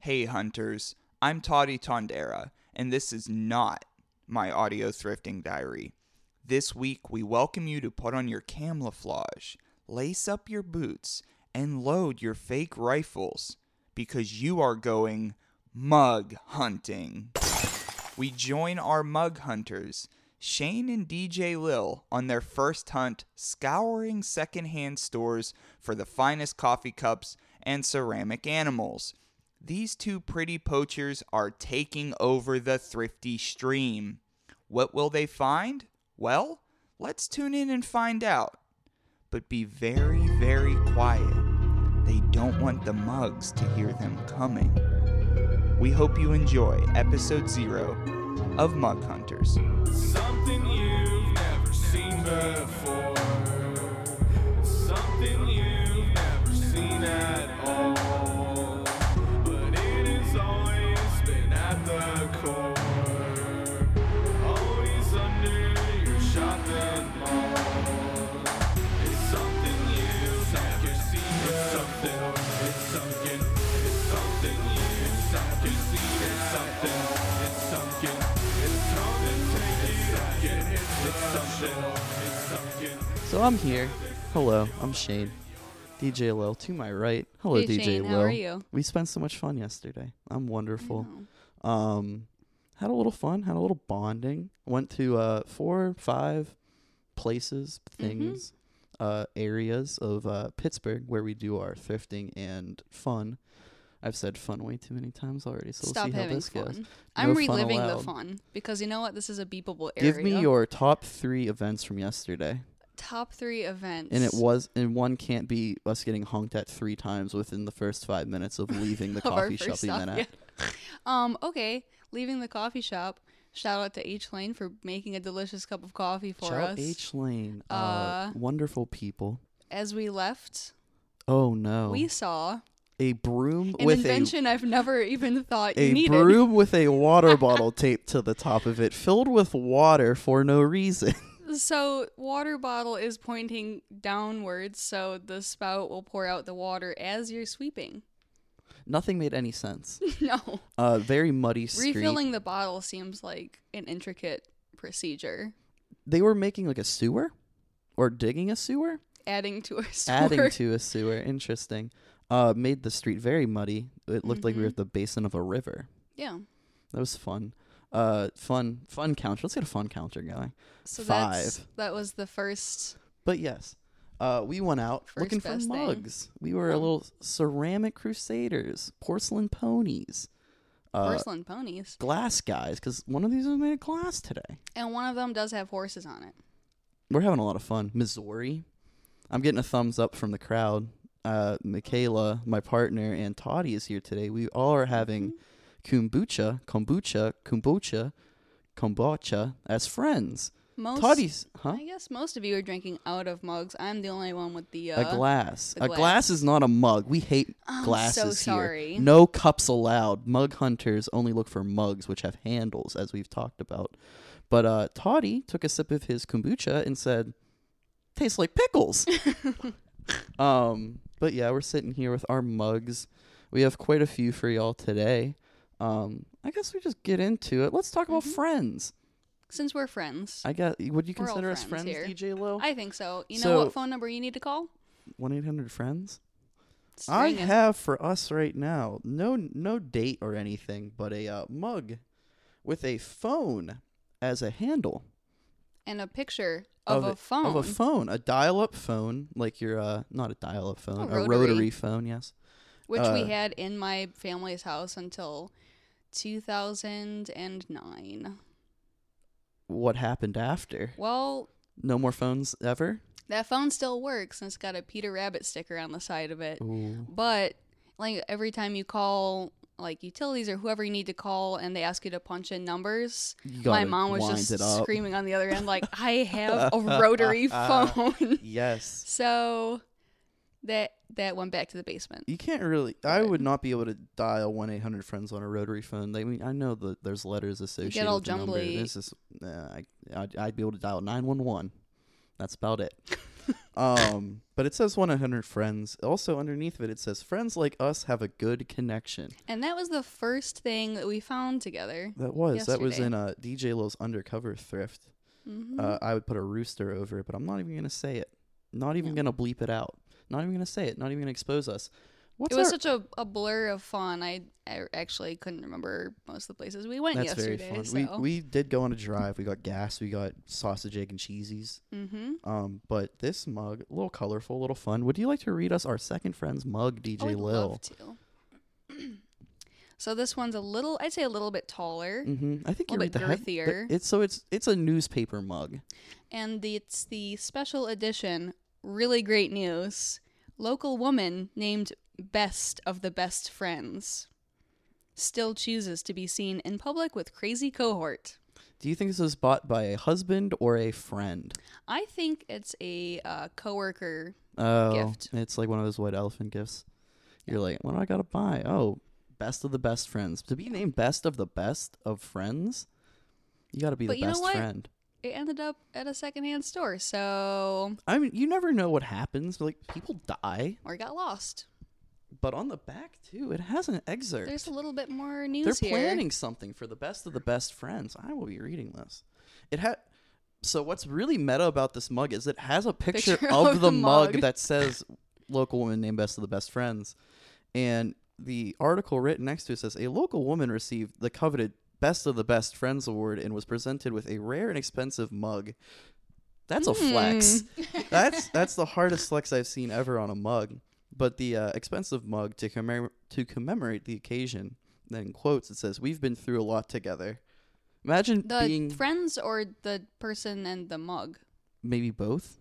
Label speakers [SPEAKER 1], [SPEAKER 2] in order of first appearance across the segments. [SPEAKER 1] Hey hunters, I'm Toddy Tondera, and this is not my audio thrifting diary. This week, we welcome you to put on your camouflage, lace up your boots, and load your fake rifles because you are going mug hunting. We join our mug hunters, Shane and DJ Lil, on their first hunt, scouring secondhand stores for the finest coffee cups and ceramic animals. These two pretty poachers are taking over the thrifty stream. What will they find? Well, let's tune in and find out. But be very, very quiet. They don't want the mugs to hear them coming. We hope you enjoy episode zero of Mug Hunters.
[SPEAKER 2] Something you've never seen before. Something you've never seen at all. But it has always been at the core. Always under your shot and maul. It's something you've never seen before. It's something. It's something you've never seen at something. It's something. It's something. Take it. It's something. It's something.
[SPEAKER 3] So I'm here. Hello, I'm Shane. DJ Lil to my right. Hello,
[SPEAKER 4] Hey,
[SPEAKER 3] DJ
[SPEAKER 4] Shane,
[SPEAKER 3] Lil.
[SPEAKER 4] how are you?
[SPEAKER 3] We spent so much fun yesterday. I'm wonderful. Um, had a little fun. Had a little bonding. Went to uh four, five places, things,
[SPEAKER 4] Mm-hmm.
[SPEAKER 3] uh, areas of uh, Pittsburgh where we do our thrifting and fun. I've said fun way too many times already, so
[SPEAKER 4] Stop
[SPEAKER 3] we'll see how
[SPEAKER 4] having
[SPEAKER 3] this
[SPEAKER 4] fun.
[SPEAKER 3] goes.
[SPEAKER 4] I'm
[SPEAKER 3] No fun
[SPEAKER 4] reliving the
[SPEAKER 3] allowed.
[SPEAKER 4] fun because you know what? This is a beepable area.
[SPEAKER 3] Give me your top three events from yesterday.
[SPEAKER 4] top three events.
[SPEAKER 3] And it was, and one can't be us getting honked at three times within the first five minutes of leaving the
[SPEAKER 4] Of our
[SPEAKER 3] coffee shop.
[SPEAKER 4] first
[SPEAKER 3] Being
[SPEAKER 4] stop,
[SPEAKER 3] that
[SPEAKER 4] yeah. Um. Okay. Leaving the coffee shop. Shout out to H Lane for making a delicious cup of coffee for
[SPEAKER 3] Shout
[SPEAKER 4] us.
[SPEAKER 3] H Lane, uh,
[SPEAKER 4] Uh,
[SPEAKER 3] wonderful people.
[SPEAKER 4] As we left,
[SPEAKER 3] Oh no,
[SPEAKER 4] we saw
[SPEAKER 3] a broom
[SPEAKER 4] an
[SPEAKER 3] with
[SPEAKER 4] invention I've never even thought
[SPEAKER 3] a
[SPEAKER 4] you
[SPEAKER 3] a
[SPEAKER 4] needed.
[SPEAKER 3] broom with a water bottle taped to the top of it, filled with water for no reason.
[SPEAKER 4] So water bottle is pointing downwards, so the spout will pour out the water as you're sweeping.
[SPEAKER 3] Nothing made any sense.
[SPEAKER 4] no.
[SPEAKER 3] Uh, very muddy street.
[SPEAKER 4] Refilling the bottle seems like an intricate procedure.
[SPEAKER 3] They were making like a sewer, or digging a sewer.
[SPEAKER 4] Adding to our store.
[SPEAKER 3] adding to a sewer. Interesting. Uh, made the street very muddy. It looked like we were
[SPEAKER 4] Mm-hmm.
[SPEAKER 3] at the basin of a river.
[SPEAKER 4] yeah.
[SPEAKER 3] That was fun. Uh, fun, fun counter. Let's get a fun counter going.
[SPEAKER 4] So that's
[SPEAKER 3] Five.
[SPEAKER 4] that was the first
[SPEAKER 3] But yes, uh, we went out
[SPEAKER 4] First
[SPEAKER 3] looking for
[SPEAKER 4] best thing.
[SPEAKER 3] mugs. We were a little ceramic crusaders, porcelain ponies, uh,
[SPEAKER 4] porcelain ponies,
[SPEAKER 3] glass guys, because one of these was made of glass today.
[SPEAKER 4] and one of them does have horses on it.
[SPEAKER 3] We're having a lot of fun. Missouri. I'm getting a thumbs up from the crowd. Uh, Michaela, my partner, and Toddy is here today. We all are having kombucha, kombucha, kombucha, kombucha as friends.
[SPEAKER 4] Most,
[SPEAKER 3] Toddy's, huh?
[SPEAKER 4] Oh, I guess most of you are drinking out of mugs. I'm the only one with the.
[SPEAKER 3] A
[SPEAKER 4] Uh,
[SPEAKER 3] glass.
[SPEAKER 4] the
[SPEAKER 3] A glass is not a mug. We hate
[SPEAKER 4] I'm so
[SPEAKER 3] glasses here.
[SPEAKER 4] sorry.
[SPEAKER 3] No cups allowed. Mug hunters only look for mugs which have handles, as we've talked about. But uh, Toddy took a sip of his kombucha and said, "Tastes like pickles." um, but yeah, we're sitting here with our mugs. We have quite a few for y'all today. Um, I guess we just get into it. Let's talk about friends.
[SPEAKER 4] since we're friends,
[SPEAKER 3] I guess would you
[SPEAKER 4] Mm-hmm. We're all
[SPEAKER 3] consider us
[SPEAKER 4] friends
[SPEAKER 3] friends,
[SPEAKER 4] here.
[SPEAKER 3] DJ Low?
[SPEAKER 4] I, think so. You know
[SPEAKER 3] So-
[SPEAKER 4] what phone number you need to call?
[SPEAKER 3] One eight hundred friends.
[SPEAKER 4] It's
[SPEAKER 3] I
[SPEAKER 4] ringing.
[SPEAKER 3] have for us right now no no date or anything, but a uh, mug with a phone as a handle
[SPEAKER 4] and a picture of, a, phone.
[SPEAKER 3] of a phone, a dial-up phone like your uh not a dial-up phone,
[SPEAKER 4] A
[SPEAKER 3] a
[SPEAKER 4] rotary.
[SPEAKER 3] rotary phone, yes.
[SPEAKER 4] which
[SPEAKER 3] Uh,
[SPEAKER 4] we had in my family's house until 2009.
[SPEAKER 3] What happened after?
[SPEAKER 4] Well,
[SPEAKER 3] No more phones ever.
[SPEAKER 4] that phone still works and it's got a Peter Rabbit sticker on the side of it.
[SPEAKER 3] Ooh.
[SPEAKER 4] But like every time you call like utilities or whoever you need to call and they ask you to punch in numbers,
[SPEAKER 3] You
[SPEAKER 4] my
[SPEAKER 3] gotta
[SPEAKER 4] mom was
[SPEAKER 3] wind
[SPEAKER 4] just
[SPEAKER 3] it up.
[SPEAKER 4] screaming on the other end like I have a rotary phone.
[SPEAKER 3] Yes.
[SPEAKER 4] so that that went back to the basement.
[SPEAKER 3] You can't really. I would not be able to dial one eight hundred friends on a rotary phone. I mean, I know that there's letters associated.
[SPEAKER 4] all
[SPEAKER 3] with the number.
[SPEAKER 4] jumbly.
[SPEAKER 3] This is. Uh, I I'd, I'd be able to dial nine one one. That's about it. um, but it says one in 100 friends. Also, underneath of it, it says friends like us have a good connection.
[SPEAKER 4] And that was the first thing that we found together.
[SPEAKER 3] That was that was
[SPEAKER 4] Yesterday.
[SPEAKER 3] in uh, DJ Lowe's undercover thrift.
[SPEAKER 4] Mhm.
[SPEAKER 3] Uh, I would put a rooster over it, but I'm not even gonna say it. Not even
[SPEAKER 4] No.
[SPEAKER 3] gonna bleep it out. Not even gonna say it. Not even gonna expose us. What's
[SPEAKER 4] it was
[SPEAKER 3] our-
[SPEAKER 4] such a, a blur of fun. I, I actually couldn't remember most of the places we went
[SPEAKER 3] That's very
[SPEAKER 4] yesterday.
[SPEAKER 3] fun.
[SPEAKER 4] So.
[SPEAKER 3] We we did go on a drive. We got gas. We got sausage, egg, and cheesies.
[SPEAKER 4] mm-hmm.
[SPEAKER 3] Um, but this mug, a little colorful, a little fun. Would you like to read us our second friend's mug, DJ
[SPEAKER 4] I would
[SPEAKER 3] Lil?
[SPEAKER 4] Oh, love to. so this one's a little, I'd say a little bit taller,
[SPEAKER 3] hmm I think you
[SPEAKER 4] Little
[SPEAKER 3] read the
[SPEAKER 4] bit
[SPEAKER 3] head- the-
[SPEAKER 4] girthier.
[SPEAKER 3] It's so it's it's a newspaper mug.
[SPEAKER 4] and the, it's the special edition. Really great news! Local woman named best of the best friends still chooses to be seen in public with crazy cohort.
[SPEAKER 3] Do you think this was bought by a husband or a friend?
[SPEAKER 4] I think it's a uh, coworker.
[SPEAKER 3] Oh,
[SPEAKER 4] Gift.
[SPEAKER 3] it's like one of those white elephant gifts. You're like, what do I gotta buy? Oh, best of the best friends. To be named best of the best of friends, you gotta be
[SPEAKER 4] But
[SPEAKER 3] the
[SPEAKER 4] you know
[SPEAKER 3] best
[SPEAKER 4] what?
[SPEAKER 3] friend.
[SPEAKER 4] It ended up at a secondhand store, so
[SPEAKER 3] I mean, you never know what happens. Like people die,
[SPEAKER 4] or it got lost.
[SPEAKER 3] but on the back too, it has an excerpt.
[SPEAKER 4] There's a little bit more
[SPEAKER 3] They're
[SPEAKER 4] news here.
[SPEAKER 3] planning something for the best of the best friends. I will be reading this. It had. So what's really meta about this mug is it has a picture,
[SPEAKER 4] Picture
[SPEAKER 3] of,
[SPEAKER 4] of
[SPEAKER 3] the
[SPEAKER 4] the
[SPEAKER 3] mug,
[SPEAKER 4] mug.
[SPEAKER 3] that says "local woman named best of the best friends," and the article written next to it says a local woman received the coveted best of the best friends award and was presented with a rare and expensive mug. That's a
[SPEAKER 4] Mm.
[SPEAKER 3] flex. that's that's the hardest flex I've seen ever on a mug. But the uh, expensive mug to commemorate to commemorate the occasion. Then in quotes it says, "We've been through a lot together." Imagine
[SPEAKER 4] The
[SPEAKER 3] being
[SPEAKER 4] friends or the person and the mug?
[SPEAKER 3] maybe both.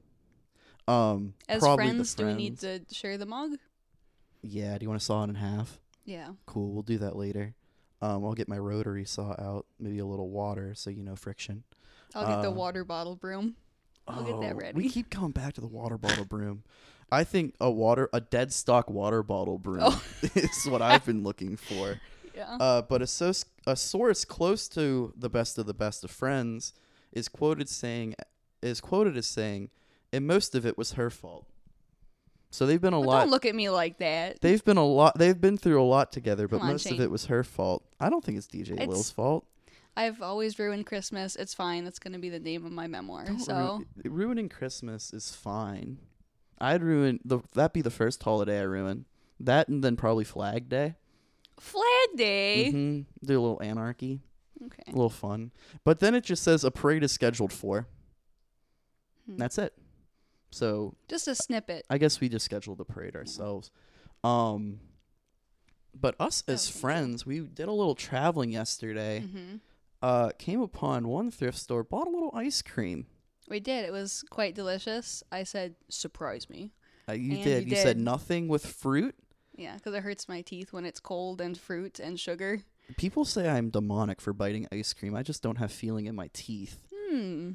[SPEAKER 3] Um,
[SPEAKER 4] As
[SPEAKER 3] probably the
[SPEAKER 4] friends, do we need
[SPEAKER 3] friends.
[SPEAKER 4] to share the mug?
[SPEAKER 3] Yeah, do you want to saw it in half?
[SPEAKER 4] Yeah.
[SPEAKER 3] Cool, we'll do that later. Um, I'll get my rotary saw out, maybe a little water, so you know friction.
[SPEAKER 4] I'll get the
[SPEAKER 3] Uh,
[SPEAKER 4] water bottle broom. I'll get that ready.
[SPEAKER 3] Oh, We keep coming back to the water bottle broom. I think a water, a dead stock water bottle broom
[SPEAKER 4] Oh.
[SPEAKER 3] is what I've been looking for.
[SPEAKER 4] Yeah.
[SPEAKER 3] Uh, but a, so- a source close to the best of the best of friends is quoted saying, is quoted as saying, and most of it was her fault. So they've been a
[SPEAKER 4] Well,
[SPEAKER 3] lot.
[SPEAKER 4] don't look at me like that.
[SPEAKER 3] they've been a lot. They've been through a lot together, but
[SPEAKER 4] Come on,
[SPEAKER 3] most of
[SPEAKER 4] Shane.
[SPEAKER 3] it was her fault. I don't think it's DJ
[SPEAKER 4] It's-
[SPEAKER 3] Lil's fault.
[SPEAKER 4] I've always ruined Christmas. It's fine. That's going to be the name of my memoir.
[SPEAKER 3] Don't
[SPEAKER 4] so,
[SPEAKER 3] ruin- i- ruining Christmas is fine. I'd ruin the that be the first holiday I ruin. That and then probably Flag Day.
[SPEAKER 4] Flag Day.
[SPEAKER 3] hmm Do a little anarchy, a
[SPEAKER 4] Okay.
[SPEAKER 3] little fun. But then it just says a parade is scheduled for.
[SPEAKER 4] Hmm.
[SPEAKER 3] That's it. So
[SPEAKER 4] Just a snippet.
[SPEAKER 3] I guess we just scheduled the parade ourselves. Um, but us
[SPEAKER 4] Oh,
[SPEAKER 3] as
[SPEAKER 4] thank you.
[SPEAKER 3] friends, we did a little traveling yesterday.
[SPEAKER 4] hmm
[SPEAKER 3] Uh, came upon one thrift store, bought a little ice cream.
[SPEAKER 4] We did. It was quite delicious. I said, surprise me.
[SPEAKER 3] Uh, you
[SPEAKER 4] And
[SPEAKER 3] did.
[SPEAKER 4] you
[SPEAKER 3] You said
[SPEAKER 4] did.
[SPEAKER 3] nothing with fruit.
[SPEAKER 4] Yeah, because it hurts my teeth when it's cold and fruit and sugar.
[SPEAKER 3] People say I'm demonic for biting ice cream. I just don't have feeling in my teeth.
[SPEAKER 4] Hmm.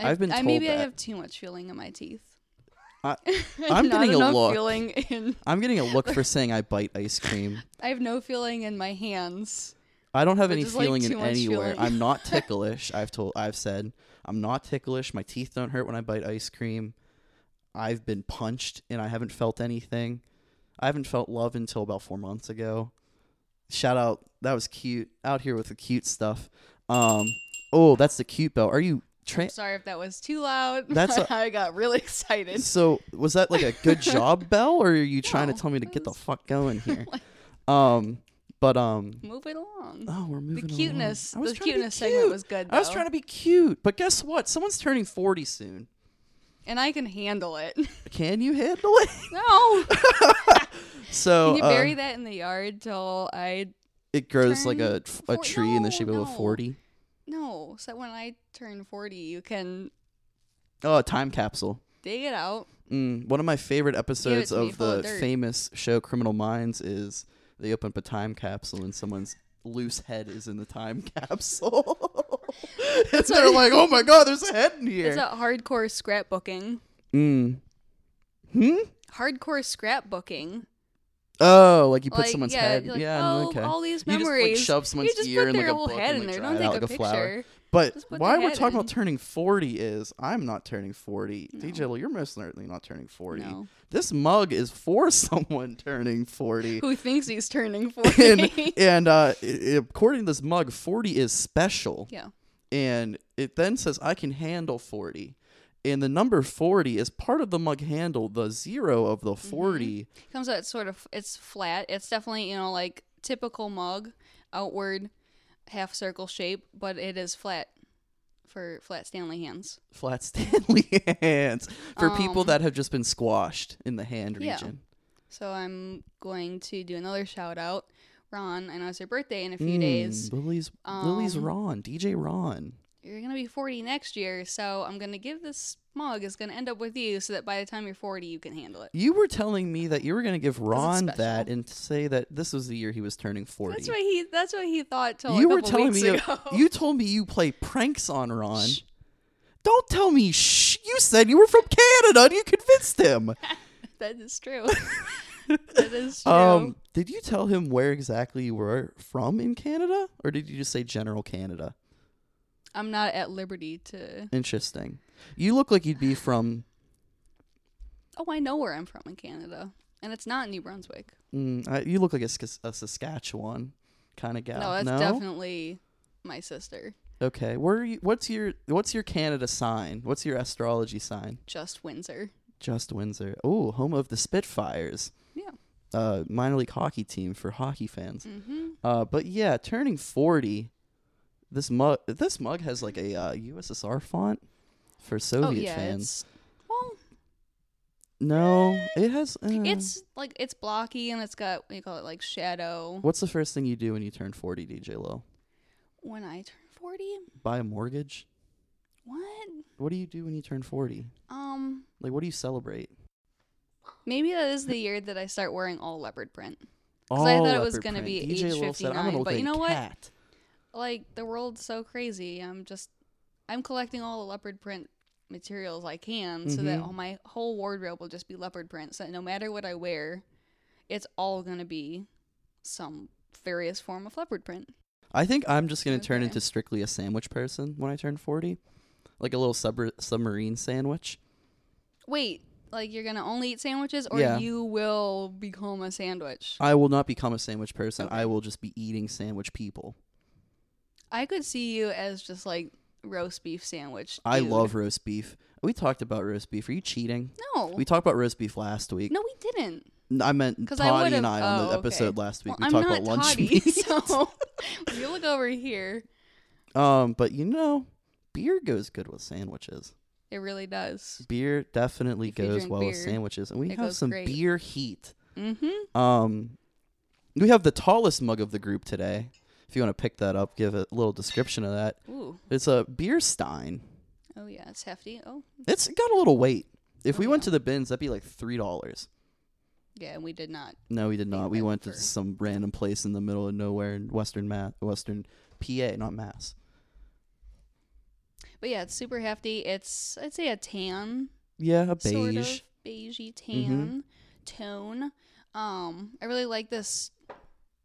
[SPEAKER 3] I've been
[SPEAKER 4] I,
[SPEAKER 3] told
[SPEAKER 4] maybe
[SPEAKER 3] that.
[SPEAKER 4] I have too much feeling in my teeth.
[SPEAKER 3] I-
[SPEAKER 4] I'm
[SPEAKER 3] I'm
[SPEAKER 4] not
[SPEAKER 3] getting a
[SPEAKER 4] enough
[SPEAKER 3] look.
[SPEAKER 4] feeling in.
[SPEAKER 3] I'm getting a look for saying I bite ice cream.
[SPEAKER 4] I have no feeling in my hands.
[SPEAKER 3] I don't have
[SPEAKER 4] But
[SPEAKER 3] any
[SPEAKER 4] just, like,
[SPEAKER 3] feeling in
[SPEAKER 4] too much
[SPEAKER 3] anywhere.
[SPEAKER 4] feeling.
[SPEAKER 3] I'm not ticklish. I've told I've said I'm not ticklish. My teeth don't hurt when I bite ice cream. I've been punched and I haven't felt anything. I haven't felt love until about 4 months ago. Shout out. That was cute. Out here with the cute stuff. Um oh, that's the cute bell. Are you tra-
[SPEAKER 4] Sorry if that was too loud.
[SPEAKER 3] Eh. That's
[SPEAKER 4] That's
[SPEAKER 3] a-
[SPEAKER 4] I got really excited.
[SPEAKER 3] So was that like a good job, Bell, or are you trying
[SPEAKER 4] No,
[SPEAKER 3] to tell me to
[SPEAKER 4] it
[SPEAKER 3] get the
[SPEAKER 4] was-
[SPEAKER 3] fuck going here? um, but um,
[SPEAKER 4] Move it along.
[SPEAKER 3] oh, we're
[SPEAKER 4] the
[SPEAKER 3] moving. along.
[SPEAKER 4] cuteness,
[SPEAKER 3] I was
[SPEAKER 4] the
[SPEAKER 3] trying to be
[SPEAKER 4] cuteness segment
[SPEAKER 3] cute.
[SPEAKER 4] was good.
[SPEAKER 3] I was
[SPEAKER 4] though.
[SPEAKER 3] trying to be cute, but guess what? Someone's turning forty soon.
[SPEAKER 4] and I can handle it.
[SPEAKER 3] Can you handle it?
[SPEAKER 4] no,
[SPEAKER 3] so
[SPEAKER 4] can you
[SPEAKER 3] Oh, uh,
[SPEAKER 4] bury that in the yard till I
[SPEAKER 3] it grows like
[SPEAKER 4] turn
[SPEAKER 3] a a
[SPEAKER 4] four-
[SPEAKER 3] tree in the
[SPEAKER 4] No,
[SPEAKER 3] shape of a
[SPEAKER 4] no.
[SPEAKER 3] forty.
[SPEAKER 4] no. So when I turn forty, you can
[SPEAKER 3] Oh, a time capsule.
[SPEAKER 4] dig it out.
[SPEAKER 3] Mm, one of my favorite episodes
[SPEAKER 4] to me,
[SPEAKER 3] of
[SPEAKER 4] full
[SPEAKER 3] the
[SPEAKER 4] of dirt.
[SPEAKER 3] famous show Criminal Minds is they open up a time capsule and someone's loose head is in the time capsule. and they're
[SPEAKER 4] what-
[SPEAKER 3] like, oh my god, there's a head in here.
[SPEAKER 4] It's a hardcore scrapbooking.
[SPEAKER 3] mm. Hmm?
[SPEAKER 4] Hardcore scrapbooking.
[SPEAKER 3] Oh, like you put
[SPEAKER 4] like,
[SPEAKER 3] someone's
[SPEAKER 4] yeah,
[SPEAKER 3] head.
[SPEAKER 4] you're Like,
[SPEAKER 3] yeah,
[SPEAKER 4] oh,
[SPEAKER 3] okay.
[SPEAKER 4] all these
[SPEAKER 3] You just, like,
[SPEAKER 4] memories.
[SPEAKER 3] shove someone's
[SPEAKER 4] you just
[SPEAKER 3] ear
[SPEAKER 4] put
[SPEAKER 3] in, like,
[SPEAKER 4] their
[SPEAKER 3] a
[SPEAKER 4] whole
[SPEAKER 3] book
[SPEAKER 4] head
[SPEAKER 3] and,
[SPEAKER 4] in
[SPEAKER 3] like,
[SPEAKER 4] there.
[SPEAKER 3] dry
[SPEAKER 4] Don't
[SPEAKER 3] it
[SPEAKER 4] take
[SPEAKER 3] out
[SPEAKER 4] a
[SPEAKER 3] like "Oh, a flower.
[SPEAKER 4] picture.
[SPEAKER 3] But
[SPEAKER 4] Just put
[SPEAKER 3] why
[SPEAKER 4] the
[SPEAKER 3] we're
[SPEAKER 4] head
[SPEAKER 3] talking
[SPEAKER 4] in.
[SPEAKER 3] about turning 40 is I'm not turning 40. DJ Lil, you're most certainly not turning 40.
[SPEAKER 4] No.
[SPEAKER 3] This mug is for someone turning 40.
[SPEAKER 4] Who thinks he's turning
[SPEAKER 3] and
[SPEAKER 4] 40?
[SPEAKER 3] and uh, i- i- according to this mug, 40 is special.
[SPEAKER 4] yeah.
[SPEAKER 3] And it then says, I can handle 40. And the number 40 is part of the mug handle, the zero of
[SPEAKER 4] Mm-hmm.
[SPEAKER 3] the 40.
[SPEAKER 4] Comes out sort of, it's flat. It's definitely, you know, like typical mug, outward half circle shape, but it is flat for flat Stanley hands.
[SPEAKER 3] Flat Stanley hands for people
[SPEAKER 4] Um,
[SPEAKER 3] that have just been squashed in the hand
[SPEAKER 4] yeah.
[SPEAKER 3] region.
[SPEAKER 4] So I'm going to do another shout out. Ron, I know it's your birthday in a few
[SPEAKER 3] Mm,
[SPEAKER 4] days.
[SPEAKER 3] Lily's, Lily's
[SPEAKER 4] Um,
[SPEAKER 3] Ron, DJ Ron.
[SPEAKER 4] You're going to be 40 next year, so I'm going to give this mug. It's going to end up with you so that by the time you're 40, you can handle it.
[SPEAKER 3] You were telling me that you were going to give Ron
[SPEAKER 4] special.
[SPEAKER 3] that and say that this was the year he was turning 40.
[SPEAKER 4] That's what he. That's what he thought. Till
[SPEAKER 3] you
[SPEAKER 4] a
[SPEAKER 3] were
[SPEAKER 4] couple
[SPEAKER 3] telling
[SPEAKER 4] weeks
[SPEAKER 3] me
[SPEAKER 4] ago.
[SPEAKER 3] you told me you play pranks on Ron.
[SPEAKER 4] Shh.
[SPEAKER 3] Don't tell me shh. You said you were from Canada and you convinced him.
[SPEAKER 4] that is true. that is true.
[SPEAKER 3] Um, did you tell him where exactly you were from in Canada or did you just say general Canada?
[SPEAKER 4] I'm not at liberty to.
[SPEAKER 3] Interesting. You look like you'd be from
[SPEAKER 4] Oh, I know where I'm from in Canada, and it's not New Brunswick.
[SPEAKER 3] mm, uh, you look like a, Skas- a Saskatchewan kind of gal.
[SPEAKER 4] no, that's definitely my sister.
[SPEAKER 3] Okay. Where are you, what's your what's your Canada sign? What's your astrology sign?
[SPEAKER 4] Just Windsor.
[SPEAKER 3] Just Windsor. Oh, home of the Spitfires.
[SPEAKER 4] Yeah.
[SPEAKER 3] Uh, minor league hockey team for hockey fans.
[SPEAKER 4] Mm-hmm.
[SPEAKER 3] Uh, but yeah, turning forty. This mug. This mug has like a uh, USSR font for Soviet
[SPEAKER 4] oh yeah,
[SPEAKER 3] fans.
[SPEAKER 4] it's well,
[SPEAKER 3] No, it has. Uh,
[SPEAKER 4] it's like it's blocky and it's got what do you call it like shadow.
[SPEAKER 3] What's the first thing you do when you turn forty, DJ Low?
[SPEAKER 4] When I turn 40,
[SPEAKER 3] Buy a mortgage.
[SPEAKER 4] what?
[SPEAKER 3] What do you do when you turn forty?
[SPEAKER 4] Um,
[SPEAKER 3] Like, what do you celebrate?
[SPEAKER 4] maybe that is the year that I start wearing all leopard print.
[SPEAKER 3] All
[SPEAKER 4] I thought it was
[SPEAKER 3] leopard
[SPEAKER 4] gonna
[SPEAKER 3] print.
[SPEAKER 4] be
[SPEAKER 3] DJ Lil said, I'm
[SPEAKER 4] 859,
[SPEAKER 3] gonna look
[SPEAKER 4] but
[SPEAKER 3] like
[SPEAKER 4] you
[SPEAKER 3] a
[SPEAKER 4] know what?
[SPEAKER 3] cat.
[SPEAKER 4] like the world's so crazy. I'm just I'm collecting all the leopard print materials I can so that
[SPEAKER 3] Mm-hmm.
[SPEAKER 4] all my whole wardrobe will just be leopard print. So that no matter what I wear, it's all gonna be some various form of leopard print.
[SPEAKER 3] I think I'm just gonna turn
[SPEAKER 4] Okay.
[SPEAKER 3] into strictly a sandwich person when I turn forty, like a little sub- submarine sandwich.
[SPEAKER 4] Wait, like you're gonna only eat sandwiches or
[SPEAKER 3] Yeah.
[SPEAKER 4] you will become a sandwich.
[SPEAKER 3] I will not become a sandwich person. I
[SPEAKER 4] Okay.
[SPEAKER 3] will just be eating sandwich people.
[SPEAKER 4] I could see you as just like roast beef sandwich.
[SPEAKER 3] I
[SPEAKER 4] dude.
[SPEAKER 3] love roast beef. We talked about roast beef. Are you cheating?
[SPEAKER 4] No.
[SPEAKER 3] We talked about roast beef last week.
[SPEAKER 4] no, we didn't.
[SPEAKER 3] N- I meant
[SPEAKER 4] 'Cause I
[SPEAKER 3] Toddy
[SPEAKER 4] would've-
[SPEAKER 3] and I on
[SPEAKER 4] oh,
[SPEAKER 3] the
[SPEAKER 4] okay.
[SPEAKER 3] episode last week.
[SPEAKER 4] Well,
[SPEAKER 3] we
[SPEAKER 4] I'm
[SPEAKER 3] talked
[SPEAKER 4] not
[SPEAKER 3] about lunch
[SPEAKER 4] Toddy,
[SPEAKER 3] meat.
[SPEAKER 4] so if you look over here,
[SPEAKER 3] um, but you know, beer goes good with sandwiches.
[SPEAKER 4] it really does.
[SPEAKER 3] Beer definitely
[SPEAKER 4] If you
[SPEAKER 3] goes
[SPEAKER 4] drink
[SPEAKER 3] well with
[SPEAKER 4] beer,
[SPEAKER 3] sandwiches, and we
[SPEAKER 4] it
[SPEAKER 3] have
[SPEAKER 4] goes
[SPEAKER 3] some
[SPEAKER 4] great.
[SPEAKER 3] beer heat.
[SPEAKER 4] Mm-hmm.
[SPEAKER 3] Um, we have the tallest mug of the group today. If you want to pick that up, give a little description of that.
[SPEAKER 4] Ooh.
[SPEAKER 3] It's a beer stein.
[SPEAKER 4] Oh yeah, it's hefty. Oh
[SPEAKER 3] It's got a little weight. If we
[SPEAKER 4] Oh,
[SPEAKER 3] went
[SPEAKER 4] yeah.
[SPEAKER 3] to the bins, that'd be like three dollars.
[SPEAKER 4] yeah, and we did not.
[SPEAKER 3] No, we did not. We
[SPEAKER 4] that
[SPEAKER 3] went to
[SPEAKER 4] for-
[SPEAKER 3] some random place in the middle of nowhere in Western Ma- Western PA, not Mass.
[SPEAKER 4] But yeah, it's super hefty. It's I'd say a tan,
[SPEAKER 3] Yeah, a beige. Mm-hmm.
[SPEAKER 4] sort of beigey tan tone. Um, I really like this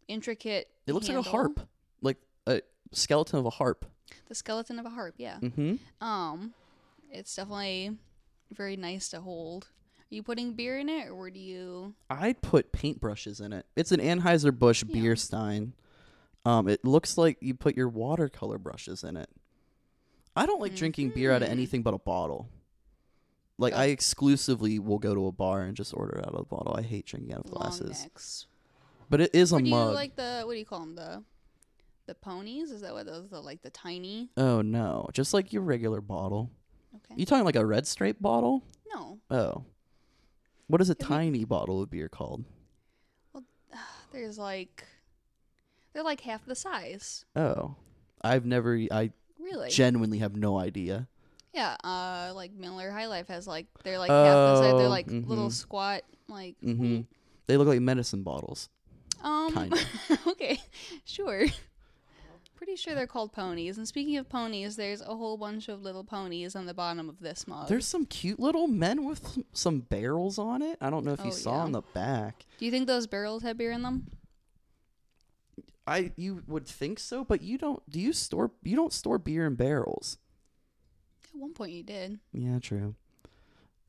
[SPEAKER 4] intricate.
[SPEAKER 3] It looks like a
[SPEAKER 4] handle.
[SPEAKER 3] harp, like a skeleton of a harp.
[SPEAKER 4] The skeleton of a harp. Yeah.
[SPEAKER 3] Mm-hmm.
[SPEAKER 4] Um, it's definitely very nice to hold. Are you putting beer in it, or do you?
[SPEAKER 3] I'd put paintbrushes in it. It's an Anheuser Busch beer stein. Um, it looks like you put your watercolor brushes in it. I don't like drinking beer
[SPEAKER 4] Mm-hmm.
[SPEAKER 3] out of anything but a bottle. Like I exclusively will go to a bar and just order it out of the bottle. I hate drinking out of
[SPEAKER 4] Long
[SPEAKER 3] glasses.
[SPEAKER 4] necks.
[SPEAKER 3] But it is a
[SPEAKER 4] Or do you
[SPEAKER 3] mug.
[SPEAKER 4] like the what do you call them the, the ponies? Is that what those the like the tiny?
[SPEAKER 3] oh no, just like your regular bottle.
[SPEAKER 4] Okay.
[SPEAKER 3] You talking like a red stripe bottle?
[SPEAKER 4] no,
[SPEAKER 3] Oh. What is a
[SPEAKER 4] Isn't-
[SPEAKER 3] tiny bottle of beer called?
[SPEAKER 4] There's like they're like half the size.
[SPEAKER 3] Oh. I've never e, I
[SPEAKER 4] Really?
[SPEAKER 3] genuinely have no idea.
[SPEAKER 4] yeah, uh like Miller High Life has like they're like half the size. They're
[SPEAKER 3] Oh,
[SPEAKER 4] like little
[SPEAKER 3] mhm.
[SPEAKER 4] squat like
[SPEAKER 3] Mhm. They look like medicine bottles.
[SPEAKER 4] um
[SPEAKER 3] Kinda.
[SPEAKER 4] okay, sure. Pretty sure they're called ponies. And speaking of ponies, there's a whole bunch of little ponies on the bottom of this mug.
[SPEAKER 3] There's some cute little men with s- some barrels on it. I don't know if you
[SPEAKER 4] Oh,
[SPEAKER 3] saw
[SPEAKER 4] yeah.
[SPEAKER 3] on the back.
[SPEAKER 4] Do you think those barrels have beer in them?
[SPEAKER 3] I you would think so, but you don't. Do you store? You don't store beer in barrels.
[SPEAKER 4] At one point you did,
[SPEAKER 3] Yeah, true.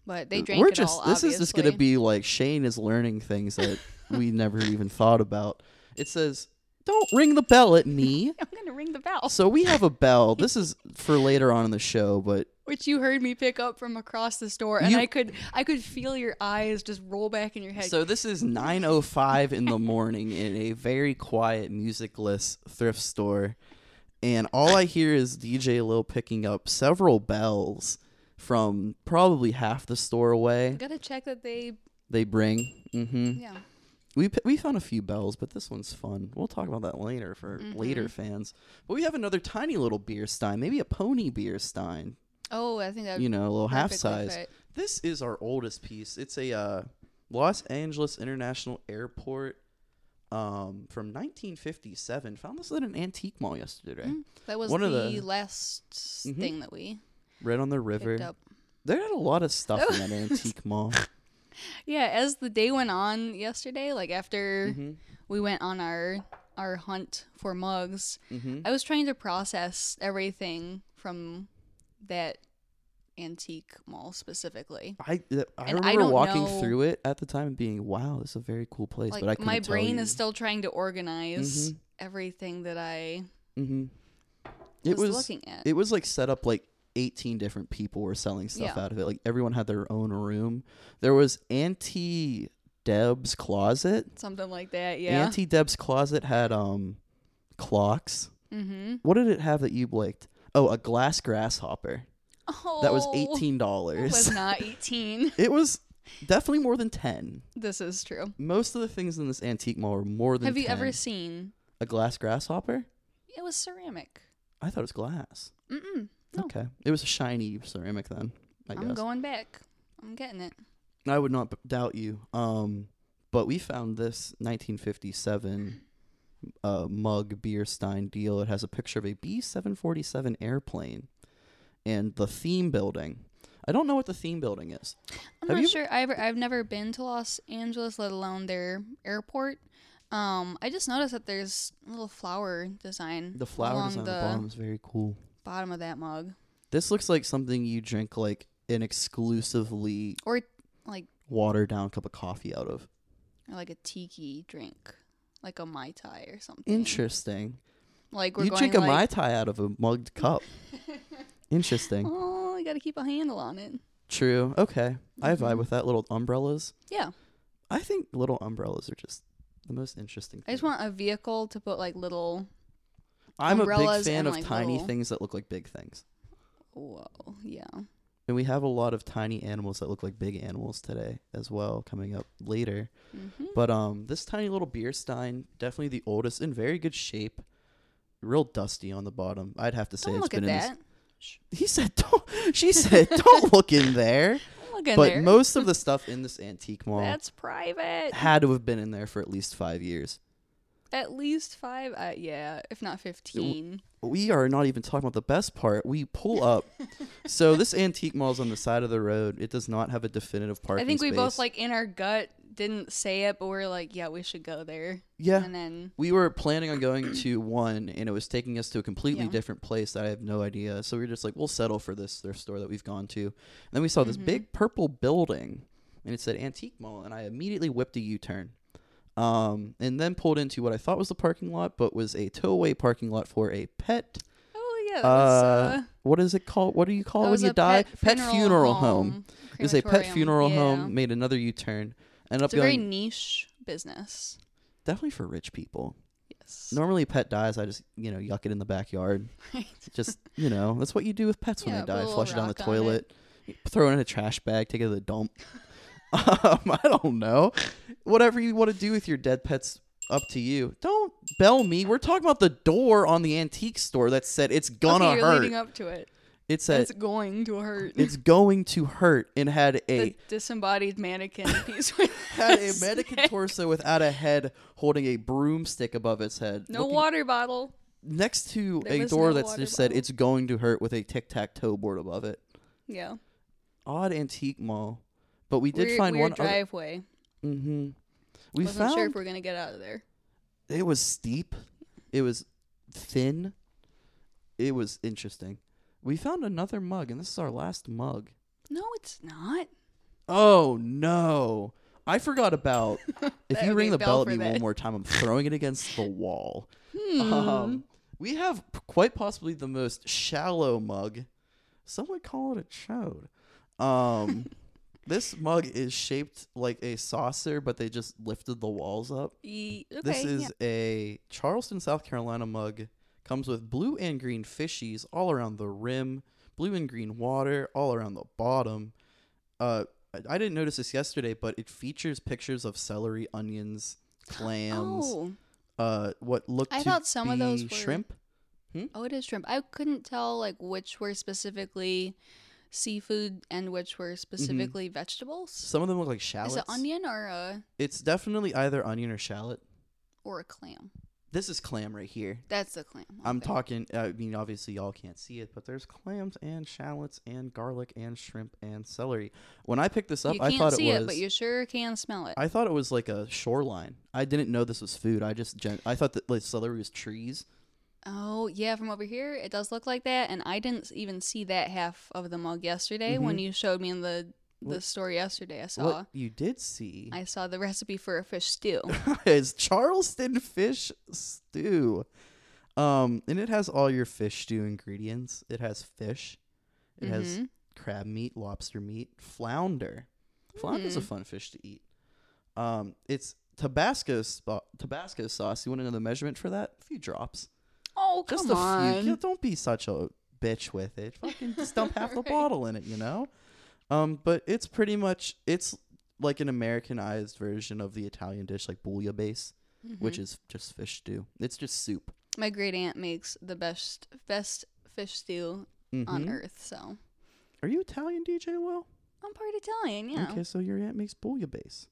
[SPEAKER 4] but they
[SPEAKER 3] Uh,
[SPEAKER 4] drank
[SPEAKER 3] We're
[SPEAKER 4] it
[SPEAKER 3] just
[SPEAKER 4] all.
[SPEAKER 3] this is just gonna
[SPEAKER 4] obviously.
[SPEAKER 3] be like Shane is learning things that we never even thought about. It says, "Don't ring the bell at me."
[SPEAKER 4] I'm gonna ring the bell,
[SPEAKER 3] so we have a bell. This is for later on in the show, but
[SPEAKER 4] which you heard me pick up from across the store, and
[SPEAKER 3] You-
[SPEAKER 4] I could I could feel your eyes just roll back in your head.
[SPEAKER 3] so this is 9:05 in the morning in a very quiet, musicless thrift store, and all I hear is DJ Lil picking up several bells from probably half the store away.
[SPEAKER 4] gotta check that they
[SPEAKER 3] They bring. hmm
[SPEAKER 4] yeah.
[SPEAKER 3] We p- we found a few bells, but this one's fun. We'll talk about that later for later fans. But we have another tiny little beer stein, maybe a pony beer stein.
[SPEAKER 4] Oh, I think that
[SPEAKER 3] You know, a little half
[SPEAKER 4] perfectly
[SPEAKER 3] size.
[SPEAKER 4] fit.
[SPEAKER 3] This is our oldest piece. It's a uh, Los Angeles International Airport um, from 1957. Found this at an antique mall yesterday.
[SPEAKER 4] that was
[SPEAKER 3] One
[SPEAKER 4] the,
[SPEAKER 3] of the- Mm-hmm.
[SPEAKER 4] last thing that we
[SPEAKER 3] Right on the river.
[SPEAKER 4] picked up.
[SPEAKER 3] They had a lot of stuff in that antique mall.
[SPEAKER 4] Yeah, as the day went on yesterday, like after
[SPEAKER 3] Mm-hmm.
[SPEAKER 4] we went on our our hunt for mugs,
[SPEAKER 3] Mm-hmm.
[SPEAKER 4] I was trying to process everything from that antique mall specifically.
[SPEAKER 3] I th- I
[SPEAKER 4] And I
[SPEAKER 3] remember
[SPEAKER 4] don't
[SPEAKER 3] walking
[SPEAKER 4] know-
[SPEAKER 3] through it at the time and being, "Wow, this is a very cool place."
[SPEAKER 4] Like
[SPEAKER 3] but I couldn't
[SPEAKER 4] my
[SPEAKER 3] tell
[SPEAKER 4] brain
[SPEAKER 3] you.
[SPEAKER 4] is still trying to organize everything that I
[SPEAKER 3] Mm-hmm.
[SPEAKER 4] was, looking at.
[SPEAKER 3] it was like set up like 18 different people were selling stuff
[SPEAKER 4] Yeah.
[SPEAKER 3] out of it like everyone had their own room there was auntie deb's closet
[SPEAKER 4] Something like that, yeah.
[SPEAKER 3] auntie deb's closet had um clocks
[SPEAKER 4] mm-hmm.
[SPEAKER 3] what did it have that you liked oh a glass grasshopper
[SPEAKER 4] Oh,
[SPEAKER 3] that was
[SPEAKER 4] it was
[SPEAKER 3] $18
[SPEAKER 4] not 18.
[SPEAKER 3] it was definitely more than 10
[SPEAKER 4] this is true.
[SPEAKER 3] most of the things in this antique mall were more than
[SPEAKER 4] Have you
[SPEAKER 3] 10.
[SPEAKER 4] ever seen?
[SPEAKER 3] a glass grasshopper
[SPEAKER 4] It was ceramic.
[SPEAKER 3] i thought it was glass
[SPEAKER 4] Mm-mm. No.
[SPEAKER 3] okay it was a shiny ceramic then i
[SPEAKER 4] Oh. I'm
[SPEAKER 3] guess
[SPEAKER 4] going back. I'm getting it.
[SPEAKER 3] I would not b- doubt you. Um, but we found this 1957 uh, mug beer stein deal. It has a picture of a B747 airplane and the theme building. I don't know what the theme building is.
[SPEAKER 4] I'm
[SPEAKER 3] Have
[SPEAKER 4] not
[SPEAKER 3] you-
[SPEAKER 4] sure. I've I've never been to Los Angeles, let alone their airport. Um, I just noticed that there's a little flower design.
[SPEAKER 3] The flower
[SPEAKER 4] along
[SPEAKER 3] design
[SPEAKER 4] the
[SPEAKER 3] on the bottom is very cool.
[SPEAKER 4] bottom of that mug,
[SPEAKER 3] This looks like something you drink like an exclusively
[SPEAKER 4] or like
[SPEAKER 3] watered down cup of coffee out of.
[SPEAKER 4] or like a tiki drink, like a mai tai or something.
[SPEAKER 3] Interesting.
[SPEAKER 4] Like we're
[SPEAKER 3] you
[SPEAKER 4] going
[SPEAKER 3] drink a
[SPEAKER 4] like,
[SPEAKER 3] mai tai out of a mugged cup. Interesting.
[SPEAKER 4] Oh, you got to keep a handle on it.
[SPEAKER 3] True. Okay. I
[SPEAKER 4] Mm-hmm.
[SPEAKER 3] vibe with that. Little umbrellas.
[SPEAKER 4] Yeah,
[SPEAKER 3] I think little umbrellas are just the most interesting.
[SPEAKER 4] I just
[SPEAKER 3] thing.
[SPEAKER 4] want a vehicle to put like little.
[SPEAKER 3] I'm a big
[SPEAKER 4] umbrellas
[SPEAKER 3] fan
[SPEAKER 4] and,
[SPEAKER 3] of
[SPEAKER 4] like,
[SPEAKER 3] tiny
[SPEAKER 4] little-
[SPEAKER 3] things that look like big things,
[SPEAKER 4] Whoa, yeah.
[SPEAKER 3] and we have a lot of tiny animals that look like big animals today as well, coming up later.
[SPEAKER 4] Mm-hmm.
[SPEAKER 3] But um, this tiny little beer stein, definitely the oldest, in very good shape. Real dusty on the bottom. I'd have to say
[SPEAKER 4] Don't
[SPEAKER 3] it's
[SPEAKER 4] look at
[SPEAKER 3] been in.
[SPEAKER 4] that.
[SPEAKER 3] This... He said, "Don't." She said, "Don't look in there."
[SPEAKER 4] Don't look in
[SPEAKER 3] but
[SPEAKER 4] there.
[SPEAKER 3] most of the stuff in this antique mall
[SPEAKER 4] That's private.
[SPEAKER 3] had to have been in there for at least five years.
[SPEAKER 4] At least five, uh, yeah, if not 15.
[SPEAKER 3] we are not even talking about the best part. We pull up. so this antique mall's on the side of the road. It does not have a definitive parking.
[SPEAKER 4] I think we both,
[SPEAKER 3] space.
[SPEAKER 4] like, in our gut didn't say it, but we are like, yeah, we should go there.
[SPEAKER 3] Yeah.
[SPEAKER 4] And then,
[SPEAKER 3] We were planning on going to one, and it was taking us to a completely
[SPEAKER 4] Yeah.
[SPEAKER 3] different place that I have no idea. So we were just like, we'll settle for this thrift store that we've gone to. And then we saw
[SPEAKER 4] Mm-hmm.
[SPEAKER 3] this big purple building, and it said antique mall, and I immediately whipped a U turn. Um, and then pulled into what I thought was the parking lot, but was a towaway parking lot for a pet
[SPEAKER 4] oh, yeah, that was,
[SPEAKER 3] uh,
[SPEAKER 4] uh,
[SPEAKER 3] what is it called? What do you call
[SPEAKER 4] that
[SPEAKER 3] it when
[SPEAKER 4] was
[SPEAKER 3] you
[SPEAKER 4] a
[SPEAKER 3] die?
[SPEAKER 4] pet
[SPEAKER 3] Pet
[SPEAKER 4] funeral
[SPEAKER 3] funeral
[SPEAKER 4] home.
[SPEAKER 3] home. It was a pet
[SPEAKER 4] Crematorium,
[SPEAKER 3] funeral
[SPEAKER 4] yeah.
[SPEAKER 3] home. Made another U turn. Ended up
[SPEAKER 4] It's a very
[SPEAKER 3] going
[SPEAKER 4] niche business.
[SPEAKER 3] definitely for rich people.
[SPEAKER 4] Yes.
[SPEAKER 3] Normally, a pet dies. I just you know yuck it in the backyard.
[SPEAKER 4] Right.
[SPEAKER 3] Just you know that's what you do with pets when
[SPEAKER 4] Yeah,
[SPEAKER 3] they
[SPEAKER 4] put a
[SPEAKER 3] die.
[SPEAKER 4] little
[SPEAKER 3] Flush it down the
[SPEAKER 4] rock on it.
[SPEAKER 3] toilet, throw it in a trash bag, take it to the dump. um, I don't know. Whatever you want to do with your dead pets, up to you. Don't bell me. We're talking about the door on the antique store that said it's gonna
[SPEAKER 4] okay, you're
[SPEAKER 3] hurt.
[SPEAKER 4] leading up to it.
[SPEAKER 3] it said
[SPEAKER 4] it's going to hurt.
[SPEAKER 3] it's going to hurt and had
[SPEAKER 4] the
[SPEAKER 3] a
[SPEAKER 4] disembodied mannequin piece. with
[SPEAKER 3] had a
[SPEAKER 4] us.
[SPEAKER 3] mannequin torso without a head holding a broomstick above its head
[SPEAKER 4] No
[SPEAKER 3] looking
[SPEAKER 4] water bottle.
[SPEAKER 3] next to
[SPEAKER 4] There
[SPEAKER 3] a
[SPEAKER 4] was
[SPEAKER 3] door
[SPEAKER 4] no
[SPEAKER 3] that's
[SPEAKER 4] water
[SPEAKER 3] just said
[SPEAKER 4] bottle.
[SPEAKER 3] it's going to hurt with a tic-tac-toe board above it
[SPEAKER 4] Yeah.
[SPEAKER 3] odd antique mall but we did
[SPEAKER 4] weird,
[SPEAKER 3] find
[SPEAKER 4] weird
[SPEAKER 3] one other,
[SPEAKER 4] driveway.
[SPEAKER 3] hmm we
[SPEAKER 4] Wasn't
[SPEAKER 3] found
[SPEAKER 4] sure if we're going to get out of there.
[SPEAKER 3] it was steep It was thin. It was interesting. We found another mug, and this is our last mug.
[SPEAKER 4] No, it's not.
[SPEAKER 3] Oh no. I forgot about if
[SPEAKER 4] That
[SPEAKER 3] you
[SPEAKER 4] would
[SPEAKER 3] ring
[SPEAKER 4] be
[SPEAKER 3] the
[SPEAKER 4] a
[SPEAKER 3] bell
[SPEAKER 4] bell
[SPEAKER 3] at me
[SPEAKER 4] for
[SPEAKER 3] one
[SPEAKER 4] that. Hmm.
[SPEAKER 3] more time, I'm throwing it against the wall. Um, we have p- quite possibly the most shallow mug. Some would call it a chode. Um, this mug is shaped like a saucer, but they just lifted the walls up.
[SPEAKER 4] E- okay,
[SPEAKER 3] This is
[SPEAKER 4] yeah.
[SPEAKER 3] a Charleston, South Carolina mug. Comes with blue and green fishies all around the rim, blue and green water all around the bottom. Uh, I- I didn't notice this yesterday, but it features pictures of celery, onions, clams,
[SPEAKER 4] Oh,
[SPEAKER 3] uh, what looked
[SPEAKER 4] I
[SPEAKER 3] to
[SPEAKER 4] thought some of those
[SPEAKER 3] be
[SPEAKER 4] were-
[SPEAKER 3] shrimp.
[SPEAKER 4] oh, it is shrimp. I couldn't tell like which were specifically seafood and which
[SPEAKER 3] Mm-hmm.
[SPEAKER 4] were specifically vegetables.
[SPEAKER 3] Some of them look like shallots.
[SPEAKER 4] Is it onion or a
[SPEAKER 3] It's definitely either onion or shallot.
[SPEAKER 4] or a clam?
[SPEAKER 3] This is clam right here.
[SPEAKER 4] That's the clam.
[SPEAKER 3] I'm
[SPEAKER 4] okay.
[SPEAKER 3] talking. uh, I mean, obviously y'all can't see it, but there's clams and shallots and garlic and shrimp and celery. When I picked this up,
[SPEAKER 4] You
[SPEAKER 3] I
[SPEAKER 4] can't
[SPEAKER 3] thought
[SPEAKER 4] see
[SPEAKER 3] it was.
[SPEAKER 4] but you sure can smell it.
[SPEAKER 3] I thought it was like a shoreline. I didn't know this was food. I just gen- I thought that like celery was trees.
[SPEAKER 4] Oh, yeah, from over here, it does look like that. And I didn't s- even see that half of the mug yesterday when you showed me in the the store yesterday. I saw
[SPEAKER 3] Mm-hmm. What you did see
[SPEAKER 4] I saw the recipe for a fish stew.
[SPEAKER 3] is Charleston fish stew. Um, and it has all your fish stew ingredients. It has fish. It has
[SPEAKER 4] Mhm.
[SPEAKER 3] crab meat, lobster meat, flounder. Flounder's a fun fish to eat. Um, it's Tabasco spa- Tabasco sauce. You want to know the measurement for that? A few drops.
[SPEAKER 4] oh, come
[SPEAKER 3] Just a
[SPEAKER 4] on.
[SPEAKER 3] few. Yeah, Don't be such a bitch with it. Fucking just dump half the bottle in it, you know? Um, but it's pretty much it's like an Americanized version of the Italian dish, like bouillabaisse, which
[SPEAKER 4] Mm-hmm.
[SPEAKER 3] is just fish stew. It's just soup.
[SPEAKER 4] My great aunt makes the best best fish stew on earth, so
[SPEAKER 3] Mm-hmm. Are you Italian, DJ Will?
[SPEAKER 4] I'm part Italian, yeah.
[SPEAKER 3] Okay, so your aunt makes bouillabaisse.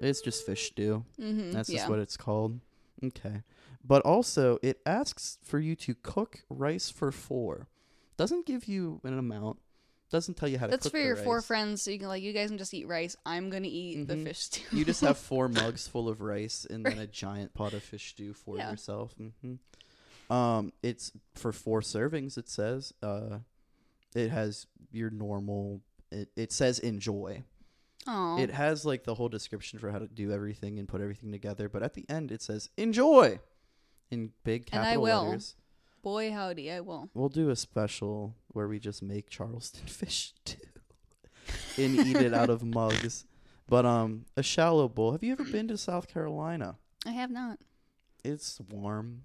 [SPEAKER 3] It's just fish stew.
[SPEAKER 4] Mm-hmm.
[SPEAKER 3] That's
[SPEAKER 4] yeah.
[SPEAKER 3] just what it's called. Okay. But also, it asks for you to cook rice for four. Doesn't give you an amount. Doesn't tell you how to
[SPEAKER 4] That's
[SPEAKER 3] cook
[SPEAKER 4] for
[SPEAKER 3] the
[SPEAKER 4] your four
[SPEAKER 3] rice.
[SPEAKER 4] friends. So you can like, you guys can just eat rice. I'm gonna eat the
[SPEAKER 3] Mhm.
[SPEAKER 4] fish stew.
[SPEAKER 3] You just have four mugs full of rice and then a giant pot of fish stew for
[SPEAKER 4] Yeah.
[SPEAKER 3] yourself. hmm Um, it's for four servings. It says. Uh, it has your normal. It, it says enjoy.
[SPEAKER 4] Oh,
[SPEAKER 3] It has like the whole description for how to do everything and put everything together, but at the end it says enjoy in big
[SPEAKER 4] And I
[SPEAKER 3] capital
[SPEAKER 4] will.
[SPEAKER 3] letters.
[SPEAKER 4] boy howdy, I will.
[SPEAKER 3] We'll do a special where we just make Charleston fish stew and eat it out of mugs. But um a shallow bowl. Have you ever been to South Carolina?
[SPEAKER 4] I have not.
[SPEAKER 3] It's warm.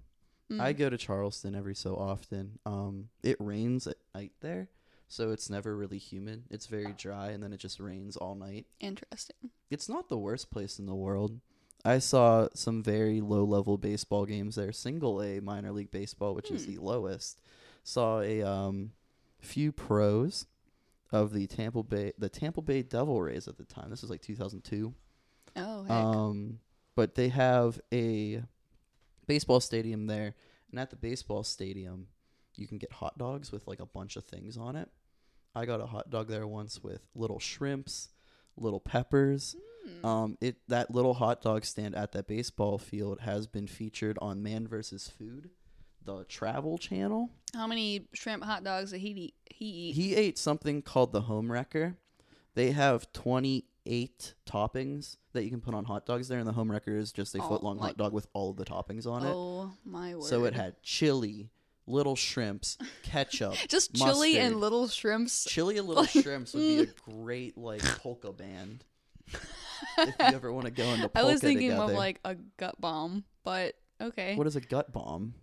[SPEAKER 3] I
[SPEAKER 4] Mm.
[SPEAKER 3] go to Charleston every so often. Um it rains at night there, so it's never really humid. It's very dry and then it just rains all night
[SPEAKER 4] Interesting.
[SPEAKER 3] it's not the worst place in the world. I saw some very low level baseball games there, single A minor league baseball, which is the lowest. Saw a um, few pros of the Tampa Bay the Tampa Bay Devil Rays at the time. This was like 2002.
[SPEAKER 4] Oh, heck.
[SPEAKER 3] Um, but they have a baseball stadium there, and at the baseball stadium, you can get hot dogs with like a bunch of things on it. I got a hot dog there once with little shrimps, little peppers. Um, it that little hot dog stand at that baseball field has been featured on Man vs. Food, the Travel Channel.
[SPEAKER 4] How many shrimp hot dogs did he eat? He eat?
[SPEAKER 3] He ate something called the home wrecker. They have 28 toppings that you can put on hot dogs there, and the home wrecker is just a
[SPEAKER 4] Oh,
[SPEAKER 3] foot long
[SPEAKER 4] like-
[SPEAKER 3] hot dog with all of the toppings on it.
[SPEAKER 4] oh my word!
[SPEAKER 3] So it had chili, little shrimps, ketchup,
[SPEAKER 4] just chili and
[SPEAKER 3] mustard.
[SPEAKER 4] little mm. shrimps.
[SPEAKER 3] chili and little shrimps would be a great like polka band. if you ever want to go into
[SPEAKER 4] I
[SPEAKER 3] polka
[SPEAKER 4] was thinking
[SPEAKER 3] together.
[SPEAKER 4] of like a gut bomb, but okay.
[SPEAKER 3] what is a gut bomb?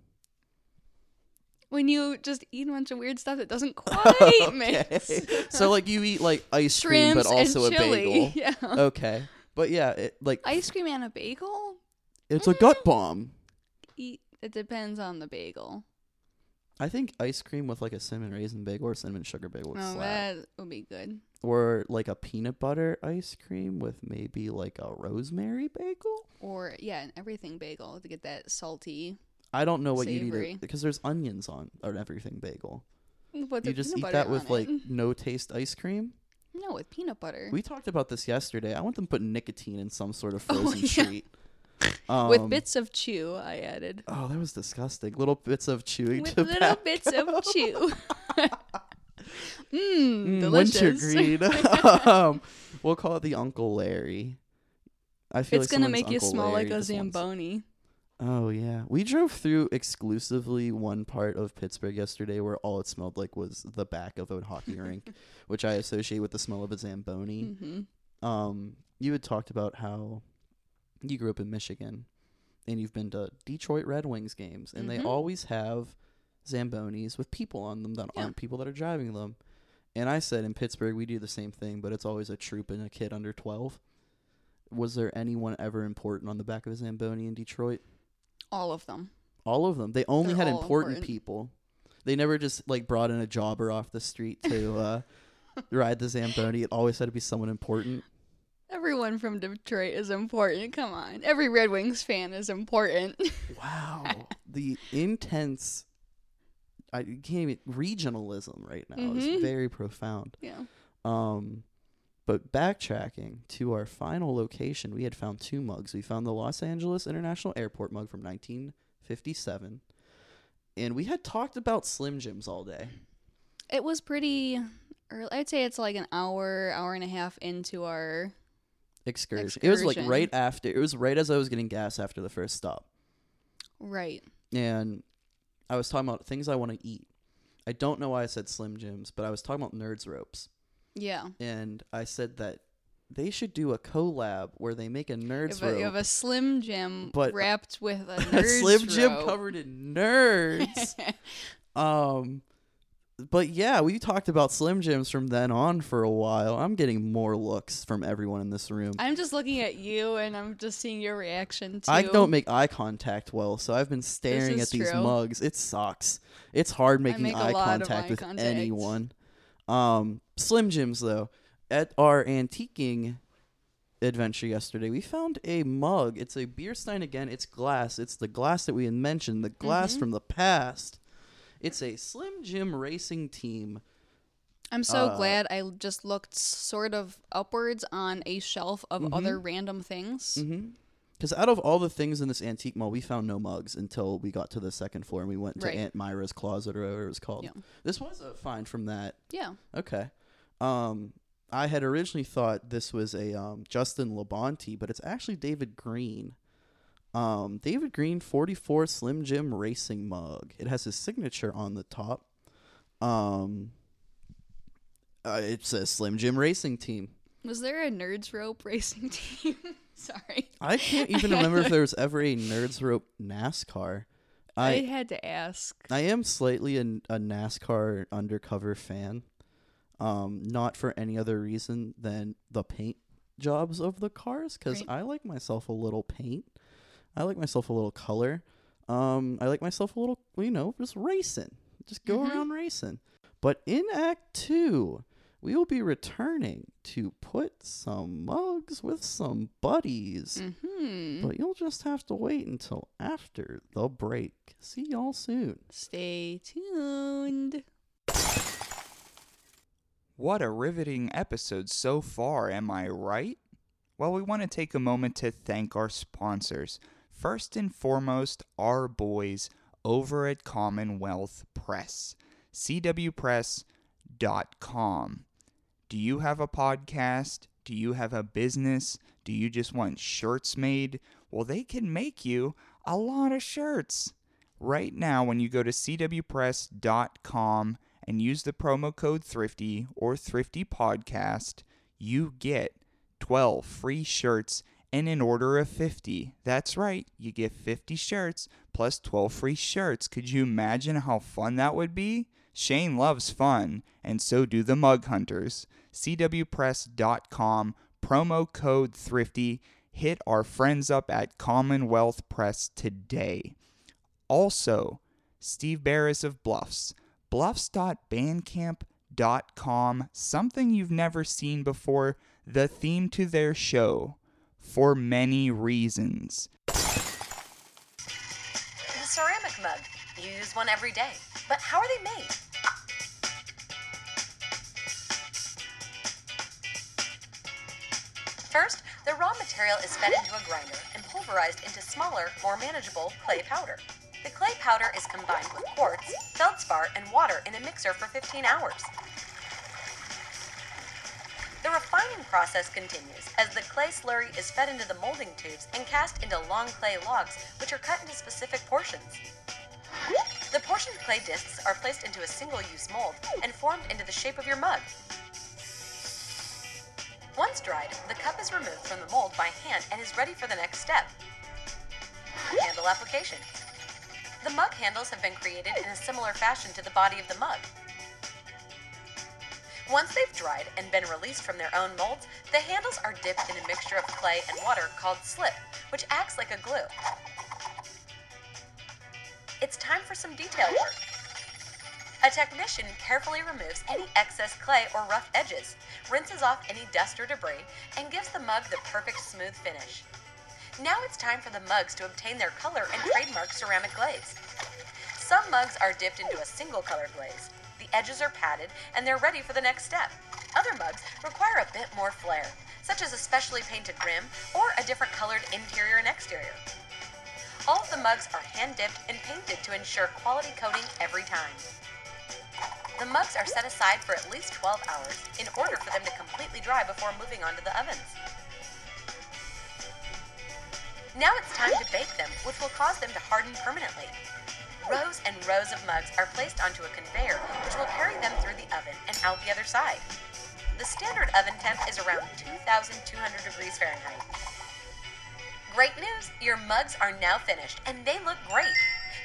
[SPEAKER 4] When you just eat a bunch of weird stuff that doesn't quite mix.
[SPEAKER 3] so like you eat like ice cream,
[SPEAKER 4] Shrimps
[SPEAKER 3] but also
[SPEAKER 4] and
[SPEAKER 3] a
[SPEAKER 4] chili.
[SPEAKER 3] bagel.
[SPEAKER 4] Yeah.
[SPEAKER 3] Okay, but yeah, it, like
[SPEAKER 4] Ice cream and a bagel?
[SPEAKER 3] It's a gut bomb.
[SPEAKER 4] Eat. It depends on the bagel.
[SPEAKER 3] I think ice cream with like a cinnamon raisin bagel or cinnamon sugar bagel would
[SPEAKER 4] Oh,
[SPEAKER 3] slap.
[SPEAKER 4] that would be good.
[SPEAKER 3] Or like a peanut butter ice cream with maybe like a rosemary bagel.
[SPEAKER 4] Or yeah, an everything bagel to get that salty.
[SPEAKER 3] I don't know what you'd
[SPEAKER 4] Savory.
[SPEAKER 3] eat because there's onions on on everything bagel.
[SPEAKER 4] With
[SPEAKER 3] you
[SPEAKER 4] the
[SPEAKER 3] just
[SPEAKER 4] peanut
[SPEAKER 3] eat that
[SPEAKER 4] butter
[SPEAKER 3] with
[SPEAKER 4] on
[SPEAKER 3] like
[SPEAKER 4] it.
[SPEAKER 3] no taste ice cream.
[SPEAKER 4] no with peanut butter.
[SPEAKER 3] We talked about this yesterday. I want them to put nicotine in some sort of
[SPEAKER 4] Oh,
[SPEAKER 3] frozen
[SPEAKER 4] yeah.
[SPEAKER 3] treat. Um,
[SPEAKER 4] With bits of chew, I added.
[SPEAKER 3] Oh, that was disgusting. Little bits of chewing
[SPEAKER 4] With
[SPEAKER 3] tobacco.
[SPEAKER 4] little bits of chew. Mmm,
[SPEAKER 3] Mm,
[SPEAKER 4] delicious.
[SPEAKER 3] Wintergreen. um, we'll call it the Uncle Larry. I feel
[SPEAKER 4] It's
[SPEAKER 3] like
[SPEAKER 4] gonna
[SPEAKER 3] someone's
[SPEAKER 4] make you
[SPEAKER 3] Uncle
[SPEAKER 4] smell
[SPEAKER 3] Larry
[SPEAKER 4] like a
[SPEAKER 3] just wants-
[SPEAKER 4] Zamboni.
[SPEAKER 3] Oh yeah, we drove through exclusively one part of Pittsburgh yesterday, where all it smelled like was the back of a hockey rink, which I associate with the smell of a Zamboni.
[SPEAKER 4] hmm
[SPEAKER 3] Um, you had talked about how you grew up in Michigan, and you've been to Detroit Red Wings games, and
[SPEAKER 4] Mhm.
[SPEAKER 3] they always have Zambonis with people on them that
[SPEAKER 4] Yeah.
[SPEAKER 3] aren't people that are driving them. And I said in Pittsburgh we do the same thing, but it's always a troop and a kid under twelve. Was there anyone ever important on the back of a Zamboni in Detroit?
[SPEAKER 4] All of them.
[SPEAKER 3] All of them. They only
[SPEAKER 4] They're
[SPEAKER 3] had
[SPEAKER 4] all
[SPEAKER 3] important,
[SPEAKER 4] important.
[SPEAKER 3] people. They never just like brought in a jobber off the street to uh, ride the Zamboni. It always had to be someone important.
[SPEAKER 4] Everyone from Detroit is important. Come on. Every Red Wings fan is important.
[SPEAKER 3] Wow. the intense I can't even regionalism right now
[SPEAKER 4] Mhm.
[SPEAKER 3] is very profound.
[SPEAKER 4] yeah.
[SPEAKER 3] Um but backtracking to our final location, we had found two mugs. We found the Los Angeles International Airport mug from 1957. And we had talked about Slim Jims all day.
[SPEAKER 4] It was pretty early. I'd say it's like an hour, hour and a half into our.
[SPEAKER 3] excursion. It was like
[SPEAKER 4] Excursion.
[SPEAKER 3] right after. It was right as I was getting gas after the first stop,
[SPEAKER 4] Right.
[SPEAKER 3] and I was talking about things I want to eat. I don't know why I said Slim Jims, but I was talking about Nerds Ropes,
[SPEAKER 4] Yeah.
[SPEAKER 3] and I said that they should do a collab where they make a Nerds
[SPEAKER 4] If a- you
[SPEAKER 3] Rope,
[SPEAKER 4] have a Slim Jim
[SPEAKER 3] But- uh,
[SPEAKER 4] wrapped with a,
[SPEAKER 3] a
[SPEAKER 4] Nerds
[SPEAKER 3] Slim Jim
[SPEAKER 4] rope.
[SPEAKER 3] covered in Nerds. um, but yeah, we talked about Slim Jims from then on for a while. I'm getting more looks from everyone in this room.
[SPEAKER 4] I'm just looking at you and I'm just seeing your reaction to.
[SPEAKER 3] I don't make eye contact well, so I've been staring
[SPEAKER 4] is
[SPEAKER 3] at these
[SPEAKER 4] true.
[SPEAKER 3] mugs. It sucks. It's hard making
[SPEAKER 4] make a
[SPEAKER 3] eye
[SPEAKER 4] lot of
[SPEAKER 3] contact
[SPEAKER 4] eye
[SPEAKER 3] with
[SPEAKER 4] contact.
[SPEAKER 3] anyone. Um, Slim Jims though, at our antiquing adventure yesterday, we found a mug. It's a beer stein again. It's glass. It's the glass that we had mentioned. The
[SPEAKER 4] Mm-hmm.
[SPEAKER 3] glass from the past. It's a Slim Jim racing team.
[SPEAKER 4] I'm so
[SPEAKER 3] uh,
[SPEAKER 4] glad I just looked sort of upwards on a shelf of
[SPEAKER 3] Mm-hmm.
[SPEAKER 4] other random things.
[SPEAKER 3] Mm. Because out of all the things in this antique mall, we found no mugs until we got to the second floor and we went to
[SPEAKER 4] Right.
[SPEAKER 3] Aunt Myra's closet or whatever it was called.
[SPEAKER 4] Yeah.
[SPEAKER 3] This was a find from that.
[SPEAKER 4] Yeah.
[SPEAKER 3] Okay. Um, I had originally thought this was a um, Justin Labonte, but it's actually David Green. Um, David Green 44 Slim Jim Racing Mug. It has his signature on the top. Um, uh, it says Slim Jim Racing Team.
[SPEAKER 4] Was there a Nerds Rope racing team? Sorry.
[SPEAKER 3] I can't even remember if there was ever a Nerds Rope NASCAR.
[SPEAKER 4] I,
[SPEAKER 3] I
[SPEAKER 4] had to ask.
[SPEAKER 3] I am slightly a, a NASCAR undercover fan, um, not for any other reason than the paint jobs of the cars, because
[SPEAKER 4] Right.
[SPEAKER 3] I like myself a little paint. I like myself a little color. Um, I like myself a little, you know, just racing. Just go
[SPEAKER 4] Mm-hmm.
[SPEAKER 3] around racing. But in Act Two, we will be returning to put some mugs with some buddies.
[SPEAKER 4] hmm
[SPEAKER 3] But you'll just have to wait until after the break. See y'all soon.
[SPEAKER 4] Stay tuned.
[SPEAKER 1] What a riveting episode so far, am I right? Well, we want to take a moment to thank our sponsors. First and foremost, our boys over at Commonwealth Press, cwpress.com. Do you have a podcast? Do you have a business? Do you just want shirts made? Well, they can make you a lot of shirts. Right now, when you go to cwpress.com and use the promo code Thrifty or Thrifty Podcast, you get 12 free shirts and an order of 50. That's right, you get 50 shirts plus 12 free shirts. Could you imagine how fun that would be? Shane loves fun, and so do the mug hunters. CWPress.com, promo code Thrifty. Hit our friends up at Commonwealth Press today. Also, Steve Barris of Bluffs, bluffs.bandcamp.com, something you've never seen before, the theme to their show, for many reasons.
[SPEAKER 5] The ceramic mug. You use one every day. But how are they made? First, the raw material is fed into a grinder and pulverized into smaller, more manageable clay powder. The clay powder is combined with quartz, feldspar, and water in a mixer for 15 hours. The refining process continues as the clay slurry is fed into the molding tubes and cast into long clay logs, which are cut into specific portions. The portioned clay discs are placed into a single use mold and formed into the shape of your mug. Once dried, the cup is removed from the mold by hand and is ready for the next step handle application. The mug handles have been created in a similar fashion to the body of the mug. Once they've dried and been released from their own molds, the handles are dipped in a mixture of clay and water called slip, which acts like a glue. It's time for some detail work. A technician carefully removes any excess clay or rough edges, rinses off any dust or debris, and gives the mug the perfect smooth finish. Now it's time for the mugs to obtain their color and trademark ceramic glaze. Some mugs are dipped into a single color glaze. The edges are padded and they're ready for the next step. Other mugs require a bit more flair, such as a specially painted rim or a different colored interior and exterior. All of the mugs are hand dipped and painted to ensure quality coating every time. The mugs are set aside for at least 12 hours in order for them to completely dry before moving on to the ovens. Now it's time to bake them, which will cause them to harden permanently. Rows and rows of mugs are placed onto a conveyor, which will carry them through the oven and out the other side. The standard oven temp is around 2,200 degrees Fahrenheit. Great news! Your mugs are now finished, and they look great.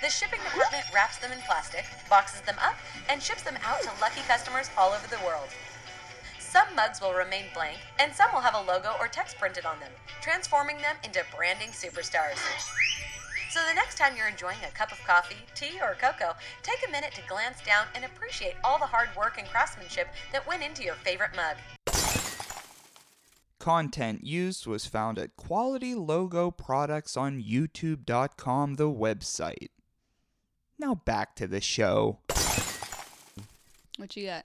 [SPEAKER 5] The shipping department wraps them in plastic, boxes them up, and ships them out to lucky customers all over the world. Some mugs will remain blank, and some will have a logo or text printed on them, transforming them into branding superstars. So the next time you're enjoying a cup of coffee, tea, or cocoa, take a minute to glance down and appreciate all the hard work and craftsmanship that went into your favorite mug.
[SPEAKER 1] Content used was found at Quality Logo Products on YouTube.com, the website. Now back to the show.
[SPEAKER 4] What you got?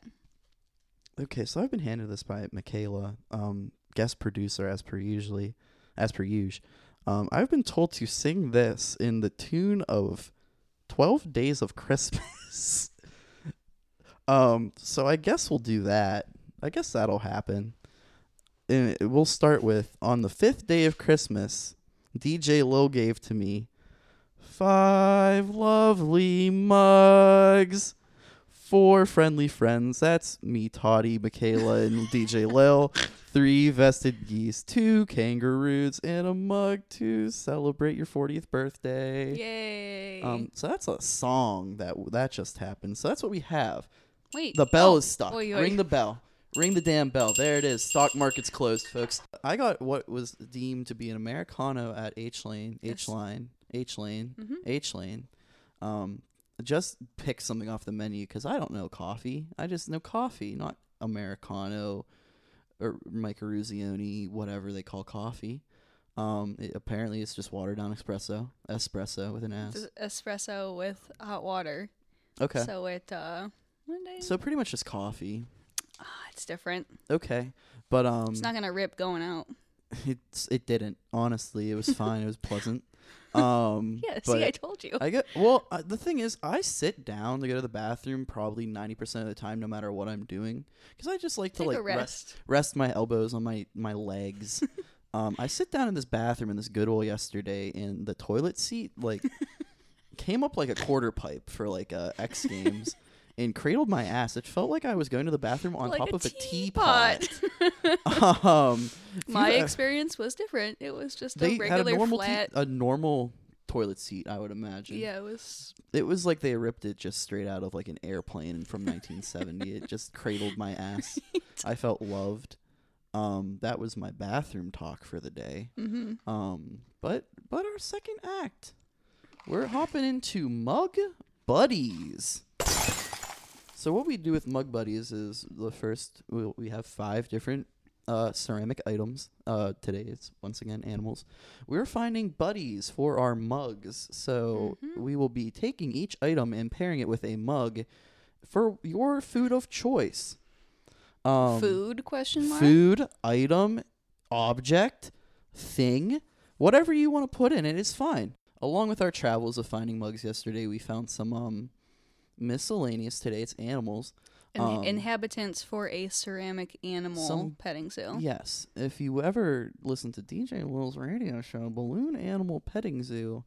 [SPEAKER 3] Okay, so I've been handed this by Michaela, um, guest producer as per usually, as per usual. Um, I've been told to sing this in the tune of Twelve Days of Christmas. um, so I guess we'll do that. I guess that'll happen. And it- we'll start with on the fifth day of Christmas, DJ Lil gave to me five lovely mugs four friendly friends. That's me, Toddy, Michaela, and DJ Lil. Three vested geese, two kangaroos, and a mug to celebrate your 40th birthday.
[SPEAKER 4] Yay!
[SPEAKER 3] Um, so that's a song that that just happened. So that's what we have.
[SPEAKER 4] Wait,
[SPEAKER 3] The bell
[SPEAKER 4] oh,
[SPEAKER 3] is stuck.
[SPEAKER 4] oi, oi.
[SPEAKER 3] Ring the bell. Ring the damn bell. There it is. Stock market's closed, folks. I got what was deemed to be an Americano at H Lane, H Line, H Lane,
[SPEAKER 4] Mm-hmm.
[SPEAKER 3] H Lane. Um, just pick something off the menu because I don't know coffee. I just know coffee, not Americano or Microruzioni, whatever they call coffee. Um, it- apparently it's just watered down espresso, espresso with an
[SPEAKER 4] It's
[SPEAKER 3] S.
[SPEAKER 4] espresso with hot water.
[SPEAKER 3] Okay.
[SPEAKER 4] So it uh, one day
[SPEAKER 3] So pretty much just coffee.
[SPEAKER 4] ah, it's different.
[SPEAKER 3] Okay. But um
[SPEAKER 4] It's not gonna rip going out.
[SPEAKER 3] It's it didn't honestly. It was fine. it was pleasant. Um,
[SPEAKER 4] Yeah,
[SPEAKER 3] but
[SPEAKER 4] see, I told you.
[SPEAKER 3] I get well. Uh, the thing is, I sit down to go to the bathroom probably ninety percent of the time, no matter what I'm doing, because I just like to
[SPEAKER 4] Take
[SPEAKER 3] like
[SPEAKER 4] a
[SPEAKER 3] re-
[SPEAKER 4] rest.
[SPEAKER 3] rest my elbows on my my legs. um, I sit down in this bathroom in this good old yesterday, and the toilet seat like came up like a quarter pipe for like uh, X Games. And cradled my ass. It felt like I was going to the bathroom on
[SPEAKER 4] Like
[SPEAKER 3] top
[SPEAKER 4] a
[SPEAKER 3] of a
[SPEAKER 4] teapot.
[SPEAKER 3] teapot. um, if
[SPEAKER 4] My
[SPEAKER 3] you've-
[SPEAKER 4] experience was different. It was just
[SPEAKER 3] they
[SPEAKER 4] a
[SPEAKER 3] had a
[SPEAKER 4] regular
[SPEAKER 3] normal te-
[SPEAKER 4] flat.
[SPEAKER 3] a normal toilet seat i would imagine
[SPEAKER 4] yeah, it was.
[SPEAKER 3] it was like they ripped it just straight out of like an airplane from 1970 it just cradled my ass i felt loved um that was my bathroom talk for the day
[SPEAKER 4] Mm-hmm.
[SPEAKER 3] um but but our second act we're hopping into mug buddies so what we do with mug buddies is the first we we have five different uh, ceramic items. Uh, today it's once again animals. We're finding buddies for our mugs, so we will be taking each item and pairing it with a mug for your food of choice. Um,
[SPEAKER 4] Food question mark.
[SPEAKER 3] food item object thing Whatever you want to put in it is fine. Along with our travels of finding mugs yesterday, we found some um miscellaneous today. It's animals.
[SPEAKER 4] And the
[SPEAKER 3] Um,
[SPEAKER 4] inhabitants for a ceramic animal
[SPEAKER 3] some-
[SPEAKER 4] petting zoo.
[SPEAKER 3] Yes. If you ever listen to DJ Will's radio show, Balloon Animal Petting Zoo,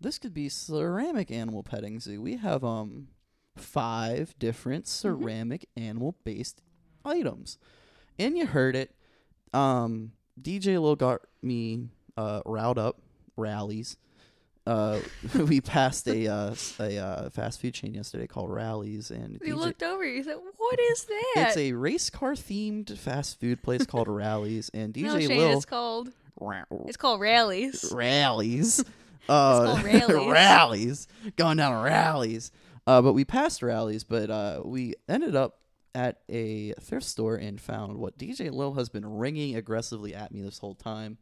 [SPEAKER 3] this could be ceramic animal petting zoo. We have um five different ceramic animal based items. And you heard it. Um DJ Lil got me uh riled up rallies. Uh, we passed a uh, s- a uh, fast food chain yesterday called Rallies, and
[SPEAKER 4] We
[SPEAKER 3] DJ
[SPEAKER 4] looked over. You said, "What is that?"
[SPEAKER 3] it's a race car themed fast food place called Rallies, and DJ
[SPEAKER 4] no, Shane,
[SPEAKER 3] Will
[SPEAKER 4] It's called. It's called rallies.
[SPEAKER 3] Rallies, uh,
[SPEAKER 4] called Rallies.
[SPEAKER 3] Rallies, going down Rallies. Uh, but we passed Rallies, but uh, we ended up at a thrift store and found what DJ Lil has been ringing aggressively at me this whole time.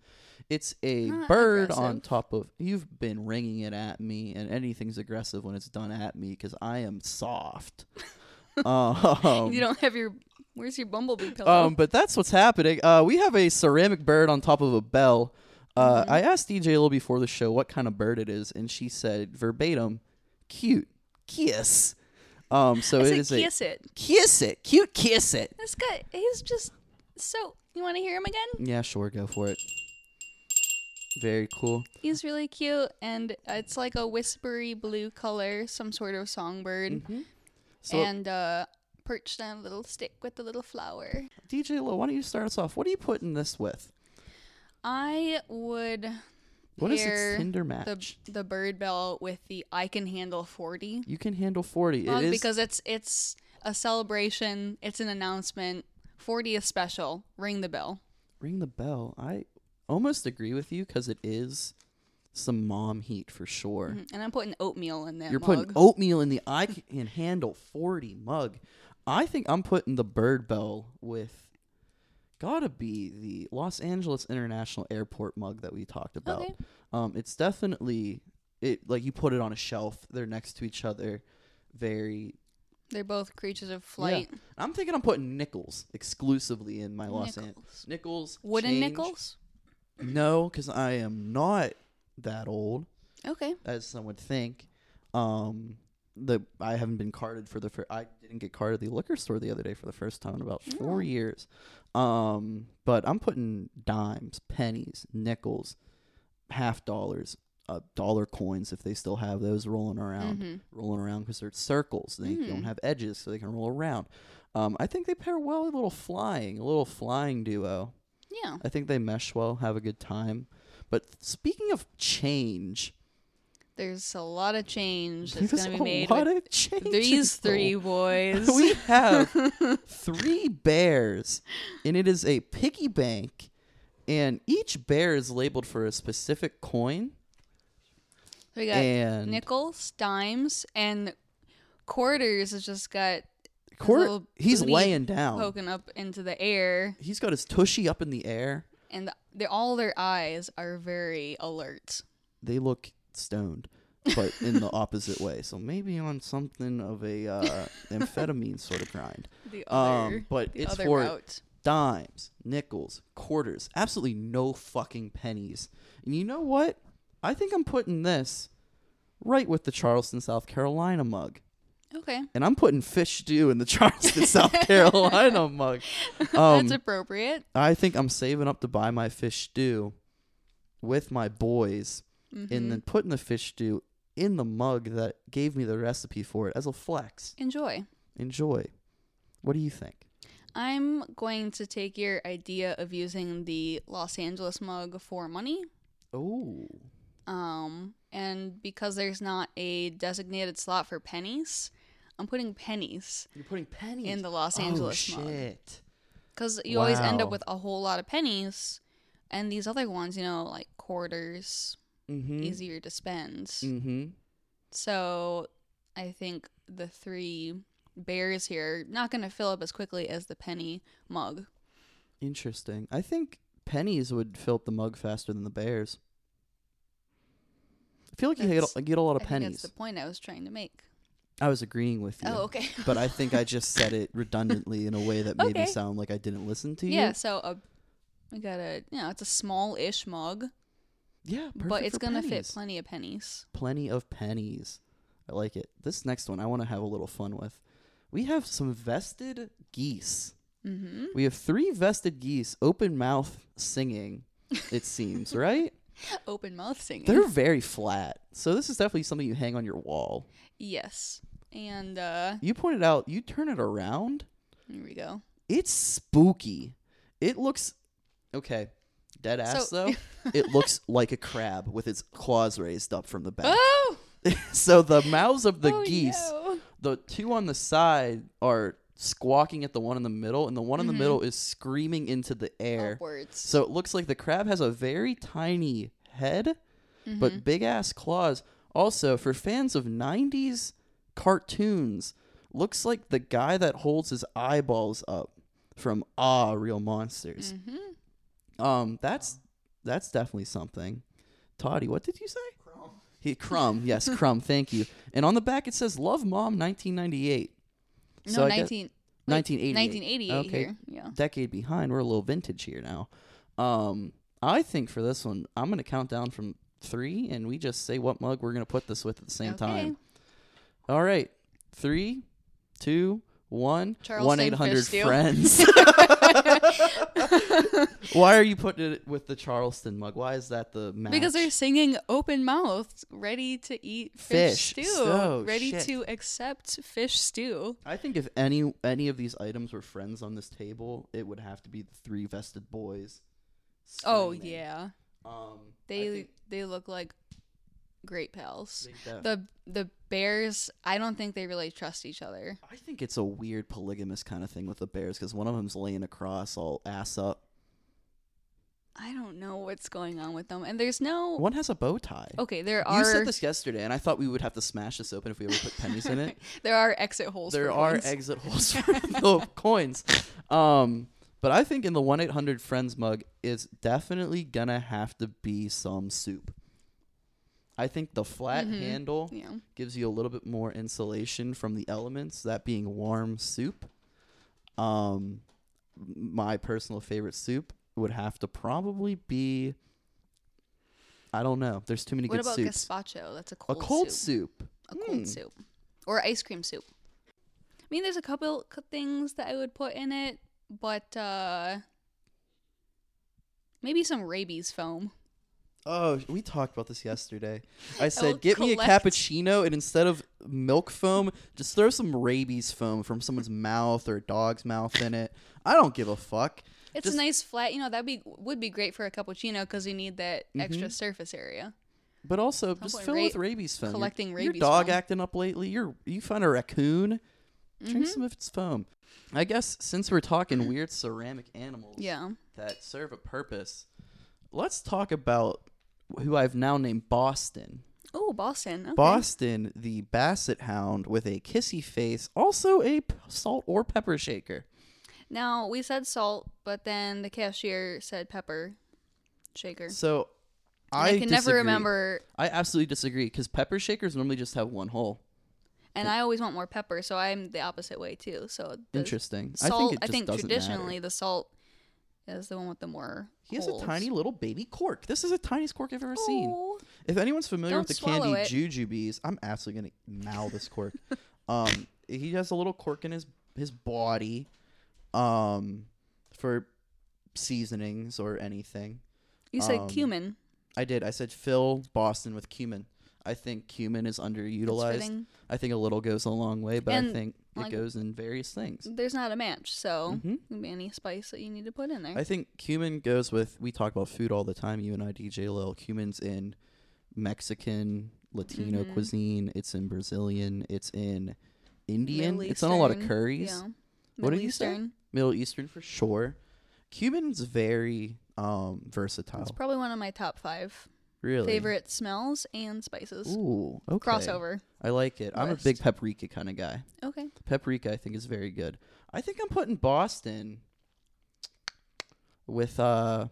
[SPEAKER 3] It's a
[SPEAKER 4] Not
[SPEAKER 3] bird
[SPEAKER 4] aggressive.
[SPEAKER 3] on top of. You've been ringing it at me, and anything's aggressive when it's done at me because I am soft. um,
[SPEAKER 4] you don't have your. Where's your bumblebee pillow?
[SPEAKER 3] um, but that's what's happening. Uh, we have a ceramic bird on top of a bell. Uh,
[SPEAKER 4] Mm-hmm.
[SPEAKER 3] I asked DJ Lil before the show what kind of bird it is, and she said verbatim, "Cute, kiss." Um, so
[SPEAKER 4] I
[SPEAKER 3] it
[SPEAKER 4] said,
[SPEAKER 3] is
[SPEAKER 4] kiss it.
[SPEAKER 3] a kiss it, cute kiss it.
[SPEAKER 4] This guy, he's just so. You want to hear him again?
[SPEAKER 3] Yeah, sure, go for it. Very cool.
[SPEAKER 4] He's really cute, and it's like a whispery blue color, some sort of songbird,
[SPEAKER 3] So
[SPEAKER 4] and uh, perched on a little stick with a little flower.
[SPEAKER 3] DJ Lil, why don't you start us off? What are you putting this with?
[SPEAKER 4] I would
[SPEAKER 3] What is
[SPEAKER 4] pair
[SPEAKER 3] its Tinder
[SPEAKER 4] the
[SPEAKER 3] match?
[SPEAKER 4] the bird bell with the I can handle forty
[SPEAKER 3] you can handle forty.
[SPEAKER 4] mug
[SPEAKER 3] it is
[SPEAKER 4] because it's it's a celebration. It's an announcement. Forty is special. Ring the bell.
[SPEAKER 3] Ring the bell. I almost agree with you because it is some mom heat for sure.
[SPEAKER 4] And I'm putting oatmeal in that
[SPEAKER 3] You're
[SPEAKER 4] mug.
[SPEAKER 3] putting oatmeal in the I can handle 40 mug. I think I'm putting the bird bell with gotta be the Los Angeles International Airport mug that we talked about.
[SPEAKER 4] Okay.
[SPEAKER 3] Um, it's definitely it like you put it on a shelf. They're next to each other. Very
[SPEAKER 4] They're both creatures of
[SPEAKER 3] yeah.
[SPEAKER 4] flight.
[SPEAKER 3] I'm thinking I'm putting nickels exclusively in my Los Angeles
[SPEAKER 4] Nickels.
[SPEAKER 3] nickels.
[SPEAKER 4] Wooden
[SPEAKER 3] change.
[SPEAKER 4] nickels.
[SPEAKER 3] No, because I am not that old
[SPEAKER 4] Okay.
[SPEAKER 3] as some would think. Um, the I haven't been carded for the fir- I didn't get carded at the liquor store the other day for the first time in about four years. Um, but I'm putting dimes, pennies, nickels, half dollars, uh, dollar coins if they still have those rolling around, rolling around because they're circles. They don't have edges, so they can roll around. Um, I think they pair well. with A little flying, a little flying duo.
[SPEAKER 4] Yeah.
[SPEAKER 3] I think they mesh well. Have a good time. But speaking of change,
[SPEAKER 4] There's a lot of change that's
[SPEAKER 3] there's
[SPEAKER 4] gonna
[SPEAKER 3] a
[SPEAKER 4] be made.
[SPEAKER 3] lot
[SPEAKER 4] with
[SPEAKER 3] of changes,
[SPEAKER 4] these three
[SPEAKER 3] though.
[SPEAKER 4] boys.
[SPEAKER 3] we have three bears, and it is a piggy bank, and each bear is labeled for a specific coin.
[SPEAKER 4] We got
[SPEAKER 3] And-
[SPEAKER 4] nickels, dimes, and quarters has just got his
[SPEAKER 3] Court-
[SPEAKER 4] little
[SPEAKER 3] he's
[SPEAKER 4] booty
[SPEAKER 3] laying down.
[SPEAKER 4] poking up into the air,
[SPEAKER 3] He's got his tushy up in the air.
[SPEAKER 4] and the, all their eyes are very alert.
[SPEAKER 3] They look stoned, but in the opposite way. So maybe on something of a uh, amphetamine sort of grind.
[SPEAKER 4] The other,
[SPEAKER 3] Um, but
[SPEAKER 4] the
[SPEAKER 3] it's
[SPEAKER 4] other
[SPEAKER 3] for
[SPEAKER 4] route.
[SPEAKER 3] dimes, nickels, quarters, absolutely no fucking pennies. And you know what? I think I'm putting this right with the Charleston, South Carolina mug.
[SPEAKER 4] Okay,
[SPEAKER 3] And I'm putting fish stew in the Charleston, South Carolina mug. Um,
[SPEAKER 4] that's appropriate.
[SPEAKER 3] I think I'm saving up to buy my fish stew with my boys
[SPEAKER 4] Mm-hmm.
[SPEAKER 3] and then putting the fish stew in the mug that gave me the recipe for it as a flex.
[SPEAKER 4] Enjoy.
[SPEAKER 3] Enjoy. What do you think?
[SPEAKER 4] I'm going to take your idea of using the Los Angeles mug for money.
[SPEAKER 3] Oh.
[SPEAKER 4] Um, and because there's not a designated slot for pennies, I'm putting pennies
[SPEAKER 3] You're putting pennies
[SPEAKER 4] in the Los Angeles
[SPEAKER 3] oh,
[SPEAKER 4] mug.
[SPEAKER 3] shit.
[SPEAKER 4] because you always end up
[SPEAKER 3] Wow.
[SPEAKER 4] with a whole lot of pennies and these other ones you know like quarters
[SPEAKER 3] Mm-hmm.
[SPEAKER 4] easier to spend
[SPEAKER 3] Mm-hmm.
[SPEAKER 4] so i think the three bears here not going to fill up as quickly as the penny mug
[SPEAKER 3] Interesting. I think pennies would fill up the mug faster than the bears. I feel like you
[SPEAKER 4] That's-
[SPEAKER 3] get a, get a lot of
[SPEAKER 4] I think
[SPEAKER 3] pennies.
[SPEAKER 4] that's the point i was trying to make
[SPEAKER 3] I was agreeing with you.
[SPEAKER 4] oh okay
[SPEAKER 3] but I think I just said it redundantly in a way that made me
[SPEAKER 4] Okay.
[SPEAKER 3] sound like I didn't listen to you.
[SPEAKER 4] yeah so a, we got a you know it's a small-ish mug
[SPEAKER 3] Yeah, perfect
[SPEAKER 4] but it's
[SPEAKER 3] for
[SPEAKER 4] gonna fit
[SPEAKER 3] pennies.
[SPEAKER 4] plenty of pennies.
[SPEAKER 3] Plenty of pennies. I like it. This next one I want to have a little fun with. We have some vested geese.
[SPEAKER 4] Mm-hmm.
[SPEAKER 3] We have three vested geese, open mouth singing. It seems right.
[SPEAKER 4] Open mouth singing.
[SPEAKER 3] They're very flat, so this is definitely something you hang on your wall.
[SPEAKER 4] yes. And uh
[SPEAKER 3] You pointed out. You turn it around.
[SPEAKER 4] here we go.
[SPEAKER 3] It's spooky. It looks okay. Dead ass
[SPEAKER 4] So-
[SPEAKER 3] though. it looks like a crab with its claws raised up from the back.
[SPEAKER 4] Oh,
[SPEAKER 3] so the mouths of the
[SPEAKER 4] Oh,
[SPEAKER 3] geese,
[SPEAKER 4] no.
[SPEAKER 3] the two on the side are squawking at the one in the middle, and the one in the middle is screaming into the air.
[SPEAKER 4] Upwards.
[SPEAKER 3] So it looks like the crab has a very tiny head, but big ass claws. Also, for fans of 90s cartoons, looks like the guy that holds his eyeballs up from Ah Real Monsters. Um, that's that's definitely something. Toddy, what did you say? Crumb. He crumb, yes, crumb. Thank you. And on the back it says "Love Mom" 1998.
[SPEAKER 4] No,
[SPEAKER 3] so I guess-
[SPEAKER 4] nineteen.
[SPEAKER 3] 1988.
[SPEAKER 4] 1988
[SPEAKER 3] Okay.
[SPEAKER 4] here. Yeah.
[SPEAKER 3] Decade behind. We're a little vintage here now. Um, I think for this one, I'm going to count down from three and we just say what mug we're going to put this with at the same
[SPEAKER 4] Okay.
[SPEAKER 3] time. All right. Three, two, one.
[SPEAKER 4] Charleston
[SPEAKER 3] 1 800
[SPEAKER 4] Fish Stew.
[SPEAKER 3] friends. Why are you putting it with the Charleston mug? Why is that the match?
[SPEAKER 4] Because they're singing open mouthed, ready to eat fish,
[SPEAKER 3] Fish.
[SPEAKER 4] stew,
[SPEAKER 3] Oh,
[SPEAKER 4] ready
[SPEAKER 3] shit.
[SPEAKER 4] to accept fish stew.
[SPEAKER 3] I think if any any of these items were friends on this table, it would have to be the three vested boys.
[SPEAKER 4] Oh
[SPEAKER 3] screaming.
[SPEAKER 4] yeah,
[SPEAKER 3] Um,
[SPEAKER 4] they
[SPEAKER 3] I think
[SPEAKER 4] they look like great pals.
[SPEAKER 3] they def-
[SPEAKER 4] The the bears, I don't think they really trust each other.
[SPEAKER 3] I think it's a weird polygamous kind of thing with the bears because one of them's laying across all ass up.
[SPEAKER 4] I don't know what's going on with them, and there's no.
[SPEAKER 3] One has a bow tie.
[SPEAKER 4] Oh. Okay, there
[SPEAKER 3] You
[SPEAKER 4] are
[SPEAKER 3] said this yesterday, and I thought we would have to smash this open if we ever put pennies in it.
[SPEAKER 4] there are exit holes.
[SPEAKER 3] there
[SPEAKER 4] for
[SPEAKER 3] are
[SPEAKER 4] coins.
[SPEAKER 3] exit holes for the coins. Um, but I think in the 1 800 Friends mug, it's definitely going to have to be some soup. I think the flat handle
[SPEAKER 4] Mm-hmm. Yeah.
[SPEAKER 3] gives you a little bit more insulation from the elements, that being warm soup. Um, my personal favorite soup would have to probably be. I don't know. There's too many
[SPEAKER 4] What
[SPEAKER 3] good
[SPEAKER 4] about
[SPEAKER 3] soups.
[SPEAKER 4] gazpacho? That's a
[SPEAKER 3] a
[SPEAKER 4] cold,
[SPEAKER 3] cold
[SPEAKER 4] soup.
[SPEAKER 3] soup.
[SPEAKER 4] a cold
[SPEAKER 3] Mm.
[SPEAKER 4] soup or ice cream soup. I mean, there's a couple c- things that I would put in it, but uh maybe some rabies foam.
[SPEAKER 3] Oh, we talked about this yesterday. I said,
[SPEAKER 4] will
[SPEAKER 3] get me a
[SPEAKER 4] collect-
[SPEAKER 3] cappuccino, and instead of milk foam, just throw some rabies foam from someone's mouth or a dog's mouth in it. I don't give a fuck.
[SPEAKER 4] It's
[SPEAKER 3] Just-
[SPEAKER 4] a nice flat, you know, that be would be great for a cappuccino because you need that
[SPEAKER 3] Mm-hmm.
[SPEAKER 4] extra surface area.
[SPEAKER 3] But also, just
[SPEAKER 4] point
[SPEAKER 3] fill it
[SPEAKER 4] ra-
[SPEAKER 3] with rabies foam. Your-
[SPEAKER 4] collecting rabies
[SPEAKER 3] Your dog
[SPEAKER 4] foam.
[SPEAKER 3] acting up lately. You're you find a raccoon.
[SPEAKER 4] Mm-hmm.
[SPEAKER 3] Drink some of its foam. I guess since we're talking weird ceramic animals
[SPEAKER 4] Yeah.
[SPEAKER 3] that serve a purpose, let's talk about who I've now named Boston.
[SPEAKER 4] Oh, Boston. Okay.
[SPEAKER 3] Boston, the Basset Hound with a kissy face, also a p- salt or pepper shaker.
[SPEAKER 4] Now we said salt, but then the cashier said pepper shaker.
[SPEAKER 3] So
[SPEAKER 4] And
[SPEAKER 3] I,
[SPEAKER 4] can never
[SPEAKER 3] disagree.
[SPEAKER 4] remember,
[SPEAKER 3] I absolutely disagree because pepper shakers normally just have one hole.
[SPEAKER 4] and I always want more pepper, so I'm the opposite way too. So the
[SPEAKER 3] Interesting. I think
[SPEAKER 4] salt.
[SPEAKER 3] it
[SPEAKER 4] I
[SPEAKER 3] just
[SPEAKER 4] think,
[SPEAKER 3] doesn't matter.
[SPEAKER 4] traditionally the salt is the one with the more.
[SPEAKER 3] He has a tiny little baby cork. This is the tiniest cork I've ever seen.
[SPEAKER 4] Oh,
[SPEAKER 3] If anyone's familiar
[SPEAKER 4] Don't
[SPEAKER 3] with the
[SPEAKER 4] swallow
[SPEAKER 3] candy
[SPEAKER 4] it.
[SPEAKER 3] jujubes, I'm absolutely gonna mow this cork. um, he has a little cork in his his body, um, for seasonings or anything.
[SPEAKER 4] you said
[SPEAKER 3] Um,
[SPEAKER 4] cumin.
[SPEAKER 3] I did. I said fill Boston with cumin. I think cumin is underutilized.
[SPEAKER 4] fitting.
[SPEAKER 3] I think a little goes a long way, but I
[SPEAKER 4] And,
[SPEAKER 3] think
[SPEAKER 4] like-
[SPEAKER 3] it goes in various things.
[SPEAKER 4] There's not a match, so
[SPEAKER 3] Mhm.
[SPEAKER 4] can be any spice that you need to put in there.
[SPEAKER 3] I think cumin goes with. We talk about food all the time. You and I, DJ Lil. Cumin's in Mexican, Latino
[SPEAKER 4] Mm-hmm.
[SPEAKER 3] cuisine. It's in Brazilian. It's in Indian.
[SPEAKER 4] Middle
[SPEAKER 3] It's on a lot of
[SPEAKER 4] Eastern,
[SPEAKER 3] curries.
[SPEAKER 4] Yeah.
[SPEAKER 3] What
[SPEAKER 4] Middle
[SPEAKER 3] did you say?
[SPEAKER 4] Eastern.
[SPEAKER 3] Middle Eastern for sure. Cumin's very um, versatile.
[SPEAKER 4] It's probably one of my top five
[SPEAKER 3] really
[SPEAKER 4] favorite smells and spices.
[SPEAKER 3] Ooh, okay.
[SPEAKER 4] Crossover.
[SPEAKER 3] I like it. I'm a
[SPEAKER 4] list.
[SPEAKER 3] big paprika kind of guy.
[SPEAKER 4] Okay.
[SPEAKER 3] Paprika, I think, is very good. I think I'm putting Boston with a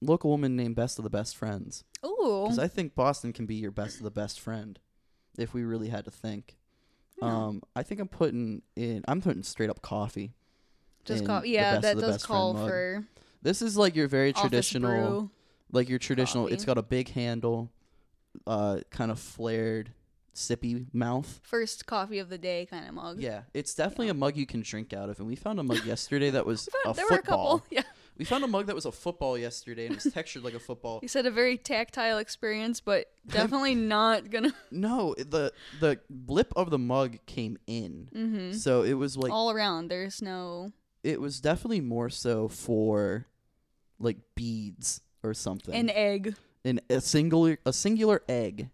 [SPEAKER 3] local woman named Best of the Best Friends
[SPEAKER 4] Ooh.
[SPEAKER 3] because I think Boston can be your best of the best friend if we really had to think. Um, I think I'm putting in. I'm putting straight up coffee.
[SPEAKER 4] just
[SPEAKER 3] in
[SPEAKER 4] call.
[SPEAKER 3] the
[SPEAKER 4] Yeah,
[SPEAKER 3] best
[SPEAKER 4] that
[SPEAKER 3] of the
[SPEAKER 4] does
[SPEAKER 3] best friend
[SPEAKER 4] call
[SPEAKER 3] mug.
[SPEAKER 4] for
[SPEAKER 3] This is like your very
[SPEAKER 4] traditional.
[SPEAKER 3] traditional like your traditional.
[SPEAKER 4] Coffee.
[SPEAKER 3] It's got a big handle, uh, kind of flared, sippy mouth.
[SPEAKER 4] First coffee of the day kind of mug.
[SPEAKER 3] Yeah, it's definitely a mug you can drink out of. And we found a mug yesterday that was
[SPEAKER 4] But
[SPEAKER 3] a
[SPEAKER 4] there were a
[SPEAKER 3] football.
[SPEAKER 4] couple. Yeah.
[SPEAKER 3] We found a mug that was a football yesterday and it was textured like a football.
[SPEAKER 4] You said a very tactile experience, but definitely not gonna
[SPEAKER 3] No, the the lip of the mug came in, so it was like
[SPEAKER 4] Mm-hmm. all around. There's no
[SPEAKER 3] it was definitely more so for like beads or something.
[SPEAKER 4] an e- egg.
[SPEAKER 3] An- a singular a singular egg.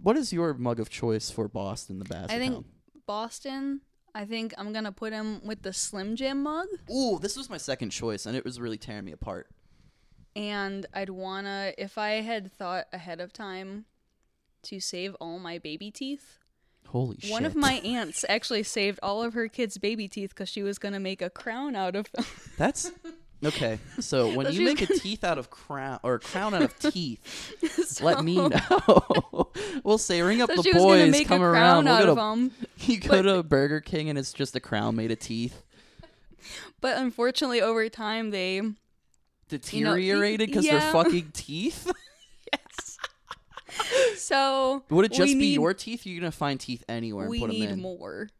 [SPEAKER 3] What is your mug of choice for Boston the Basset?
[SPEAKER 4] I think Boston. I think I'm gonna put him with the Slim Jim mug,
[SPEAKER 3] Ooh, this was my second choice, and it was really tearing me apart.
[SPEAKER 4] and I'd wanna if I had thought ahead of time to save all my baby teeth.
[SPEAKER 3] Holy shit!
[SPEAKER 4] One of my aunts actually saved all of her kids' baby teeth because she was gonna make a crown out of them.
[SPEAKER 3] That's okay. So when
[SPEAKER 4] So
[SPEAKER 3] you
[SPEAKER 4] she's
[SPEAKER 3] make a
[SPEAKER 4] gonna-
[SPEAKER 3] teeth out of crown or crown out of teeth,
[SPEAKER 4] So-
[SPEAKER 3] let me know. we'll say ring up
[SPEAKER 4] So
[SPEAKER 3] the
[SPEAKER 4] she was gonna
[SPEAKER 3] boys,
[SPEAKER 4] make
[SPEAKER 3] come
[SPEAKER 4] a
[SPEAKER 3] around.
[SPEAKER 4] crown
[SPEAKER 3] We'll
[SPEAKER 4] out
[SPEAKER 3] go
[SPEAKER 4] of
[SPEAKER 3] to-
[SPEAKER 4] them,
[SPEAKER 3] You go to Burger King and it's just a crown made of teeth.
[SPEAKER 4] but unfortunately, over time they
[SPEAKER 3] Deteriorated because
[SPEAKER 4] yeah.
[SPEAKER 3] they're fucking teeth.
[SPEAKER 4] so
[SPEAKER 3] Would it
[SPEAKER 4] we
[SPEAKER 3] just be
[SPEAKER 4] need-
[SPEAKER 3] your teeth? You're gonna find teeth anywhere and
[SPEAKER 4] We
[SPEAKER 3] put them
[SPEAKER 4] need
[SPEAKER 3] in.
[SPEAKER 4] more.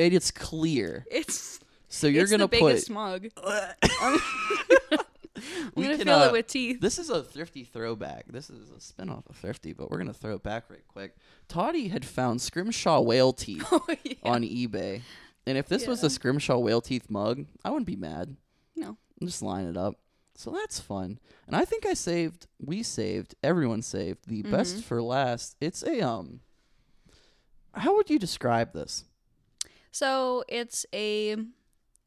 [SPEAKER 3] And it's clear,
[SPEAKER 4] It's
[SPEAKER 3] so you're
[SPEAKER 4] it's
[SPEAKER 3] gonna
[SPEAKER 4] the
[SPEAKER 3] put.
[SPEAKER 4] biggest mug. I'm gonna
[SPEAKER 3] can,
[SPEAKER 4] fill
[SPEAKER 3] uh,
[SPEAKER 4] it with teeth.
[SPEAKER 3] This is a thrifty throwback. This is a spin-off of thrifty, but we're gonna throw it back right quick. Toddy had found scrimshaw whale teeth
[SPEAKER 4] oh yeah.
[SPEAKER 3] on eBay, and if this was a scrimshaw whale teeth mug, I wouldn't be mad.
[SPEAKER 4] No.
[SPEAKER 3] and just line it up. So that's fun. And I think I saved, we saved, everyone saved the
[SPEAKER 4] Mm-hmm.
[SPEAKER 3] best for last. It's a um how would you describe this?
[SPEAKER 4] So it's a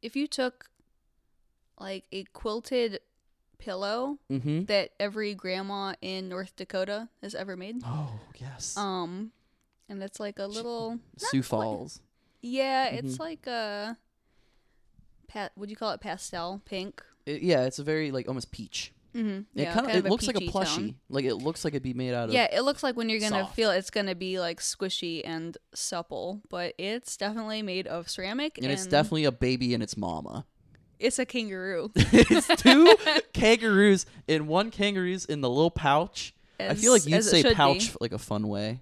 [SPEAKER 4] if you took like a quilted pillow
[SPEAKER 3] Mhm.
[SPEAKER 4] that every grandma in North Dakota has ever made.
[SPEAKER 3] Oh, yes.
[SPEAKER 4] Um and it's like a little
[SPEAKER 3] Sioux Falls.
[SPEAKER 4] yeah, it's like a pat would you call it pastel pink?
[SPEAKER 3] It- yeah, it's a very like almost peach.
[SPEAKER 4] Mm-hmm.
[SPEAKER 3] It
[SPEAKER 4] yeah,
[SPEAKER 3] kinda,
[SPEAKER 4] kind of
[SPEAKER 3] it looks like a
[SPEAKER 4] peachy
[SPEAKER 3] plushie.
[SPEAKER 4] tone.
[SPEAKER 3] Like it looks like it'd be made out of
[SPEAKER 4] Yeah, it looks like when you're gonna
[SPEAKER 3] soft.
[SPEAKER 4] feel it's gonna be like squishy and supple, but it's definitely made of ceramic
[SPEAKER 3] and it's definitely a baby and its mama.
[SPEAKER 4] it's a kangaroo.
[SPEAKER 3] it's two kangaroos and one kangaroo's in the little pouch. I feel like
[SPEAKER 4] As-
[SPEAKER 3] you'd
[SPEAKER 4] as it
[SPEAKER 3] say
[SPEAKER 4] should be.
[SPEAKER 3] pouch like a fun way.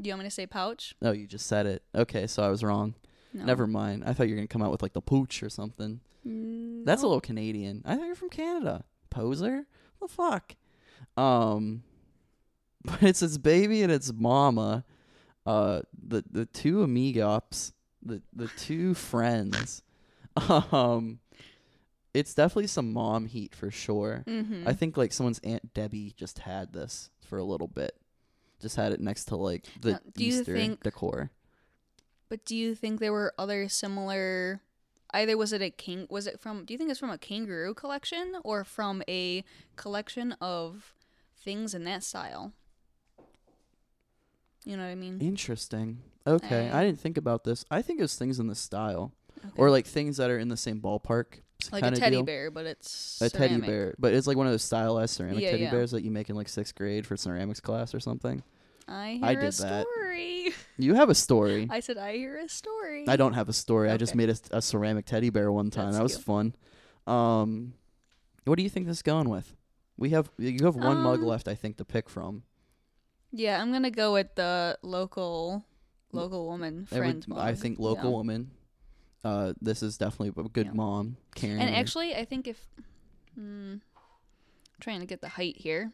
[SPEAKER 4] Do you want me to say pouch?
[SPEAKER 3] Oh, you just said it. Okay, so I was wrong.
[SPEAKER 4] No.
[SPEAKER 3] Never mind. I thought you were gonna come out with like the pooch or something.
[SPEAKER 4] Mm,
[SPEAKER 3] That's a little Canadian. I thought you're from Canada. Poser? The fuck? Um But it's its baby and its mama. Uh the the two amigops, the the two friends. Um it's definitely some mom heat for sure.
[SPEAKER 4] Mm-hmm.
[SPEAKER 3] I think like someone's aunt Debbie just had this for a little bit. Just had it next to like the
[SPEAKER 4] Now, do you
[SPEAKER 3] Easter
[SPEAKER 4] think-
[SPEAKER 3] decor.
[SPEAKER 4] But do you think there were other similar? Either was it a king? Was it from? Do you think it's from a kangaroo collection or from a collection of things in that style? You know what I mean?
[SPEAKER 3] Interesting. Okay, I
[SPEAKER 4] Alright.
[SPEAKER 3] didn't think about this. I think it was things in the style, or like things that are in the same ballpark.
[SPEAKER 4] Like a
[SPEAKER 3] kinda
[SPEAKER 4] teddy
[SPEAKER 3] deal.
[SPEAKER 4] bear, but it's
[SPEAKER 3] A teddy
[SPEAKER 4] ceramic.
[SPEAKER 3] bear, but it's like one of those stylized ceramic
[SPEAKER 4] Yeah,
[SPEAKER 3] teddy
[SPEAKER 4] yeah.
[SPEAKER 3] bears that you make in like sixth grade for ceramics class or something.
[SPEAKER 4] I hear
[SPEAKER 3] I did
[SPEAKER 4] a
[SPEAKER 3] that.
[SPEAKER 4] story.
[SPEAKER 3] You have a story. I,
[SPEAKER 4] I said I hear a story.
[SPEAKER 3] don't have a story. I just
[SPEAKER 4] Okay.
[SPEAKER 3] made a, a ceramic teddy bear one time.
[SPEAKER 4] That's
[SPEAKER 3] that was
[SPEAKER 4] cute.
[SPEAKER 3] fun. Um, what do you think this is going with? We have you have one mug
[SPEAKER 4] Um,
[SPEAKER 3] left, I think, to pick from.
[SPEAKER 4] Yeah, I'm gonna go with the local, local woman
[SPEAKER 3] It would-
[SPEAKER 4] friend.
[SPEAKER 3] I
[SPEAKER 4] mug.
[SPEAKER 3] think local
[SPEAKER 4] Yeah.
[SPEAKER 3] woman. Uh, this is definitely a good
[SPEAKER 4] Yeah.
[SPEAKER 3] mom, Karen.
[SPEAKER 4] And actually, I think if mm, trying to get the height here.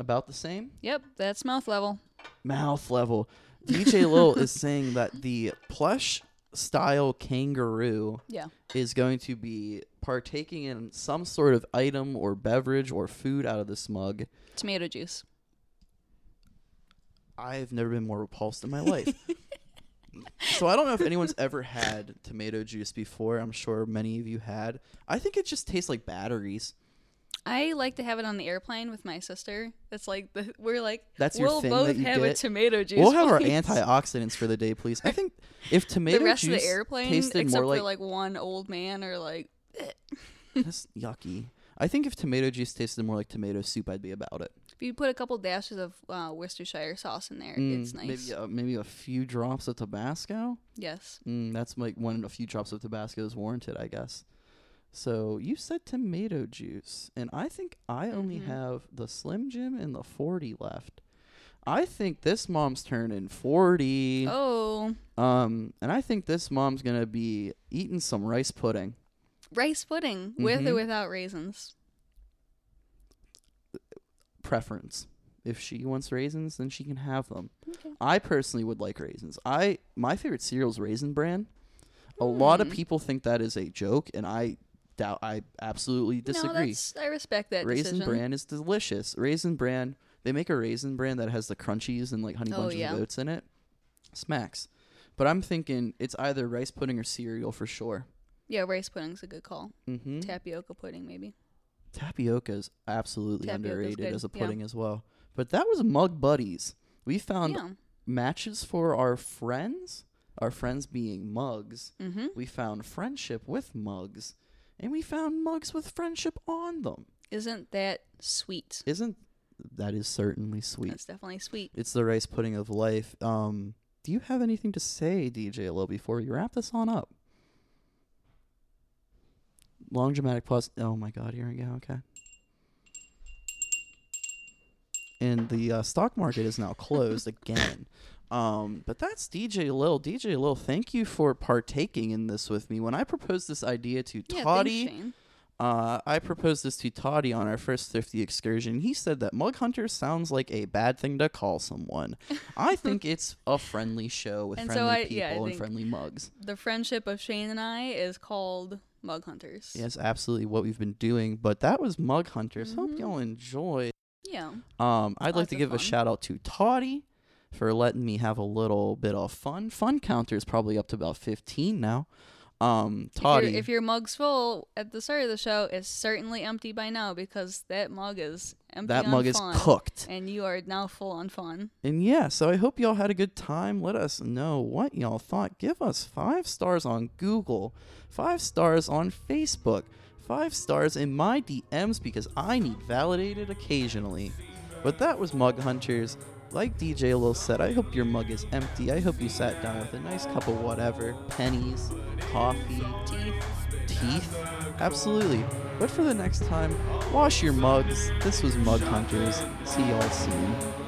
[SPEAKER 3] about the same.
[SPEAKER 4] Yep, that's mouth level.
[SPEAKER 3] mouth level. DJ Lil is saying that the plush style kangaroo
[SPEAKER 4] Yeah.
[SPEAKER 3] is going to be partaking in some sort of item or beverage or food out of this mug.
[SPEAKER 4] Tomato juice.
[SPEAKER 3] I've never been more repulsed in my life. so I don't know if anyone's ever had tomato juice before. I'm sure many of you had. I think it just tastes like batteries.
[SPEAKER 4] I like to have it on the airplane with my sister. That's like the we're like
[SPEAKER 3] That's your
[SPEAKER 4] we'll
[SPEAKER 3] thing
[SPEAKER 4] both
[SPEAKER 3] that you
[SPEAKER 4] have a
[SPEAKER 3] get?
[SPEAKER 4] tomato juice.
[SPEAKER 3] we'll have our
[SPEAKER 4] please."
[SPEAKER 3] antioxidants for the day, please. I think if tomato
[SPEAKER 4] the rest
[SPEAKER 3] juice
[SPEAKER 4] of the airplane
[SPEAKER 3] tasted
[SPEAKER 4] except
[SPEAKER 3] more
[SPEAKER 4] for
[SPEAKER 3] like,
[SPEAKER 4] like, one old man or like
[SPEAKER 3] That's yucky. I think if tomato juice tasted more like tomato soup, I'd be about it.
[SPEAKER 4] if you put a couple dashes of uh, Worcestershire sauce in there, it's
[SPEAKER 3] Mm,
[SPEAKER 4] nice.
[SPEAKER 3] Maybe a, maybe a few drops of Tabasco.
[SPEAKER 4] Yes.
[SPEAKER 3] Mm, that's like when a few drops of Tabasco is warranted, I guess. So you said tomato juice, and I think I only
[SPEAKER 4] Mhm.
[SPEAKER 3] have the Slim Jim and the 40 left. I think this mom's turning 40.
[SPEAKER 4] Oh,
[SPEAKER 3] Um, and I think this mom's going to be eating some rice pudding.
[SPEAKER 4] rice pudding with
[SPEAKER 3] Mhm.
[SPEAKER 4] or without raisins.
[SPEAKER 3] Preference. If she wants raisins, then she can have them. I personally would like raisins. I my favorite cereal is Raisin Bran. A lot
[SPEAKER 4] Hmm.
[SPEAKER 3] of people think that is a joke, and I doubt. I absolutely disagree.
[SPEAKER 4] No, that's I respect that
[SPEAKER 3] Raisin
[SPEAKER 4] decision.
[SPEAKER 3] bran is delicious. Raisin bran, they make a raisin bran that has the crunchies and like honey
[SPEAKER 4] Oh,
[SPEAKER 3] bunches
[SPEAKER 4] yeah.
[SPEAKER 3] of oats in it. Smacks. But I'm thinking it's either rice pudding or cereal for sure.
[SPEAKER 4] Yeah, rice pudding's a good call.
[SPEAKER 3] Mm-hmm.
[SPEAKER 4] Tapioca pudding, maybe.
[SPEAKER 3] Tapioca is absolutely
[SPEAKER 4] Tapioca's
[SPEAKER 3] underrated
[SPEAKER 4] good,
[SPEAKER 3] as a
[SPEAKER 4] yeah.
[SPEAKER 3] pudding as well. But that was Mug Buddies. We found
[SPEAKER 4] Yeah.
[SPEAKER 3] matches for our friends, our friends being mugs.
[SPEAKER 4] Mm-hmm.
[SPEAKER 3] We found friendship with mugs, and we found mugs with friendship on them.
[SPEAKER 4] Isn't that sweet?
[SPEAKER 3] Isn't that is certainly sweet.
[SPEAKER 4] That's definitely sweet.
[SPEAKER 3] It's the rice pudding of life. Um, do you have anything to say, DJ Low, before we wrap this on up? Long dramatic pause. Oh my God, here we go. Okay. And the uh, stock market is now closed again. Um, but that's DJ Lil. DJ Lil, thank you for partaking in this with me. When I proposed this idea to
[SPEAKER 4] Yeah,
[SPEAKER 3] Toddy,
[SPEAKER 4] thanks, Shane.
[SPEAKER 3] uh, I proposed this to Toddy on our first thrifty excursion. He said that mug hunter sounds like a bad thing to call someone. I think it's a friendly show with
[SPEAKER 4] And so
[SPEAKER 3] friendly
[SPEAKER 4] I-
[SPEAKER 3] people
[SPEAKER 4] yeah, I
[SPEAKER 3] and
[SPEAKER 4] think-
[SPEAKER 3] friendly mugs.
[SPEAKER 4] The friendship of Shane and I is called Mug Hunters.
[SPEAKER 3] Yes, absolutely what we've been doing. But that was mug hunters. Hope
[SPEAKER 4] Mhm.
[SPEAKER 3] y'all enjoy.
[SPEAKER 4] Yeah.
[SPEAKER 3] Um, I'd like
[SPEAKER 4] Lots
[SPEAKER 3] to
[SPEAKER 4] of
[SPEAKER 3] give a
[SPEAKER 4] fun.
[SPEAKER 3] shout out to Toddy for letting me have a little bit of fun. Fun counter is probably up to about fifteen now. Um, Toddy,
[SPEAKER 4] If, your- if your mug's full at the start of the show, it's certainly empty by now because that mug is empty.
[SPEAKER 3] that
[SPEAKER 4] on
[SPEAKER 3] mug is
[SPEAKER 4] fun,
[SPEAKER 3] cooked.
[SPEAKER 4] And you are now full on fun.
[SPEAKER 3] And yeah, so I hope y'all had a good time. Let us know what y'all thought. Give us five stars on Google, five stars on Facebook, five stars in my DMs because I need validated occasionally. But that was Mug Hunters. Like DJ Lil said, I hope your mug is empty. I hope you sat down with a nice cup of whatever, pennies, coffee,
[SPEAKER 4] Teeth.
[SPEAKER 3] teeth. Absolutely. But for the next time, wash your mugs. This was Mug Hunters. See y'all soon.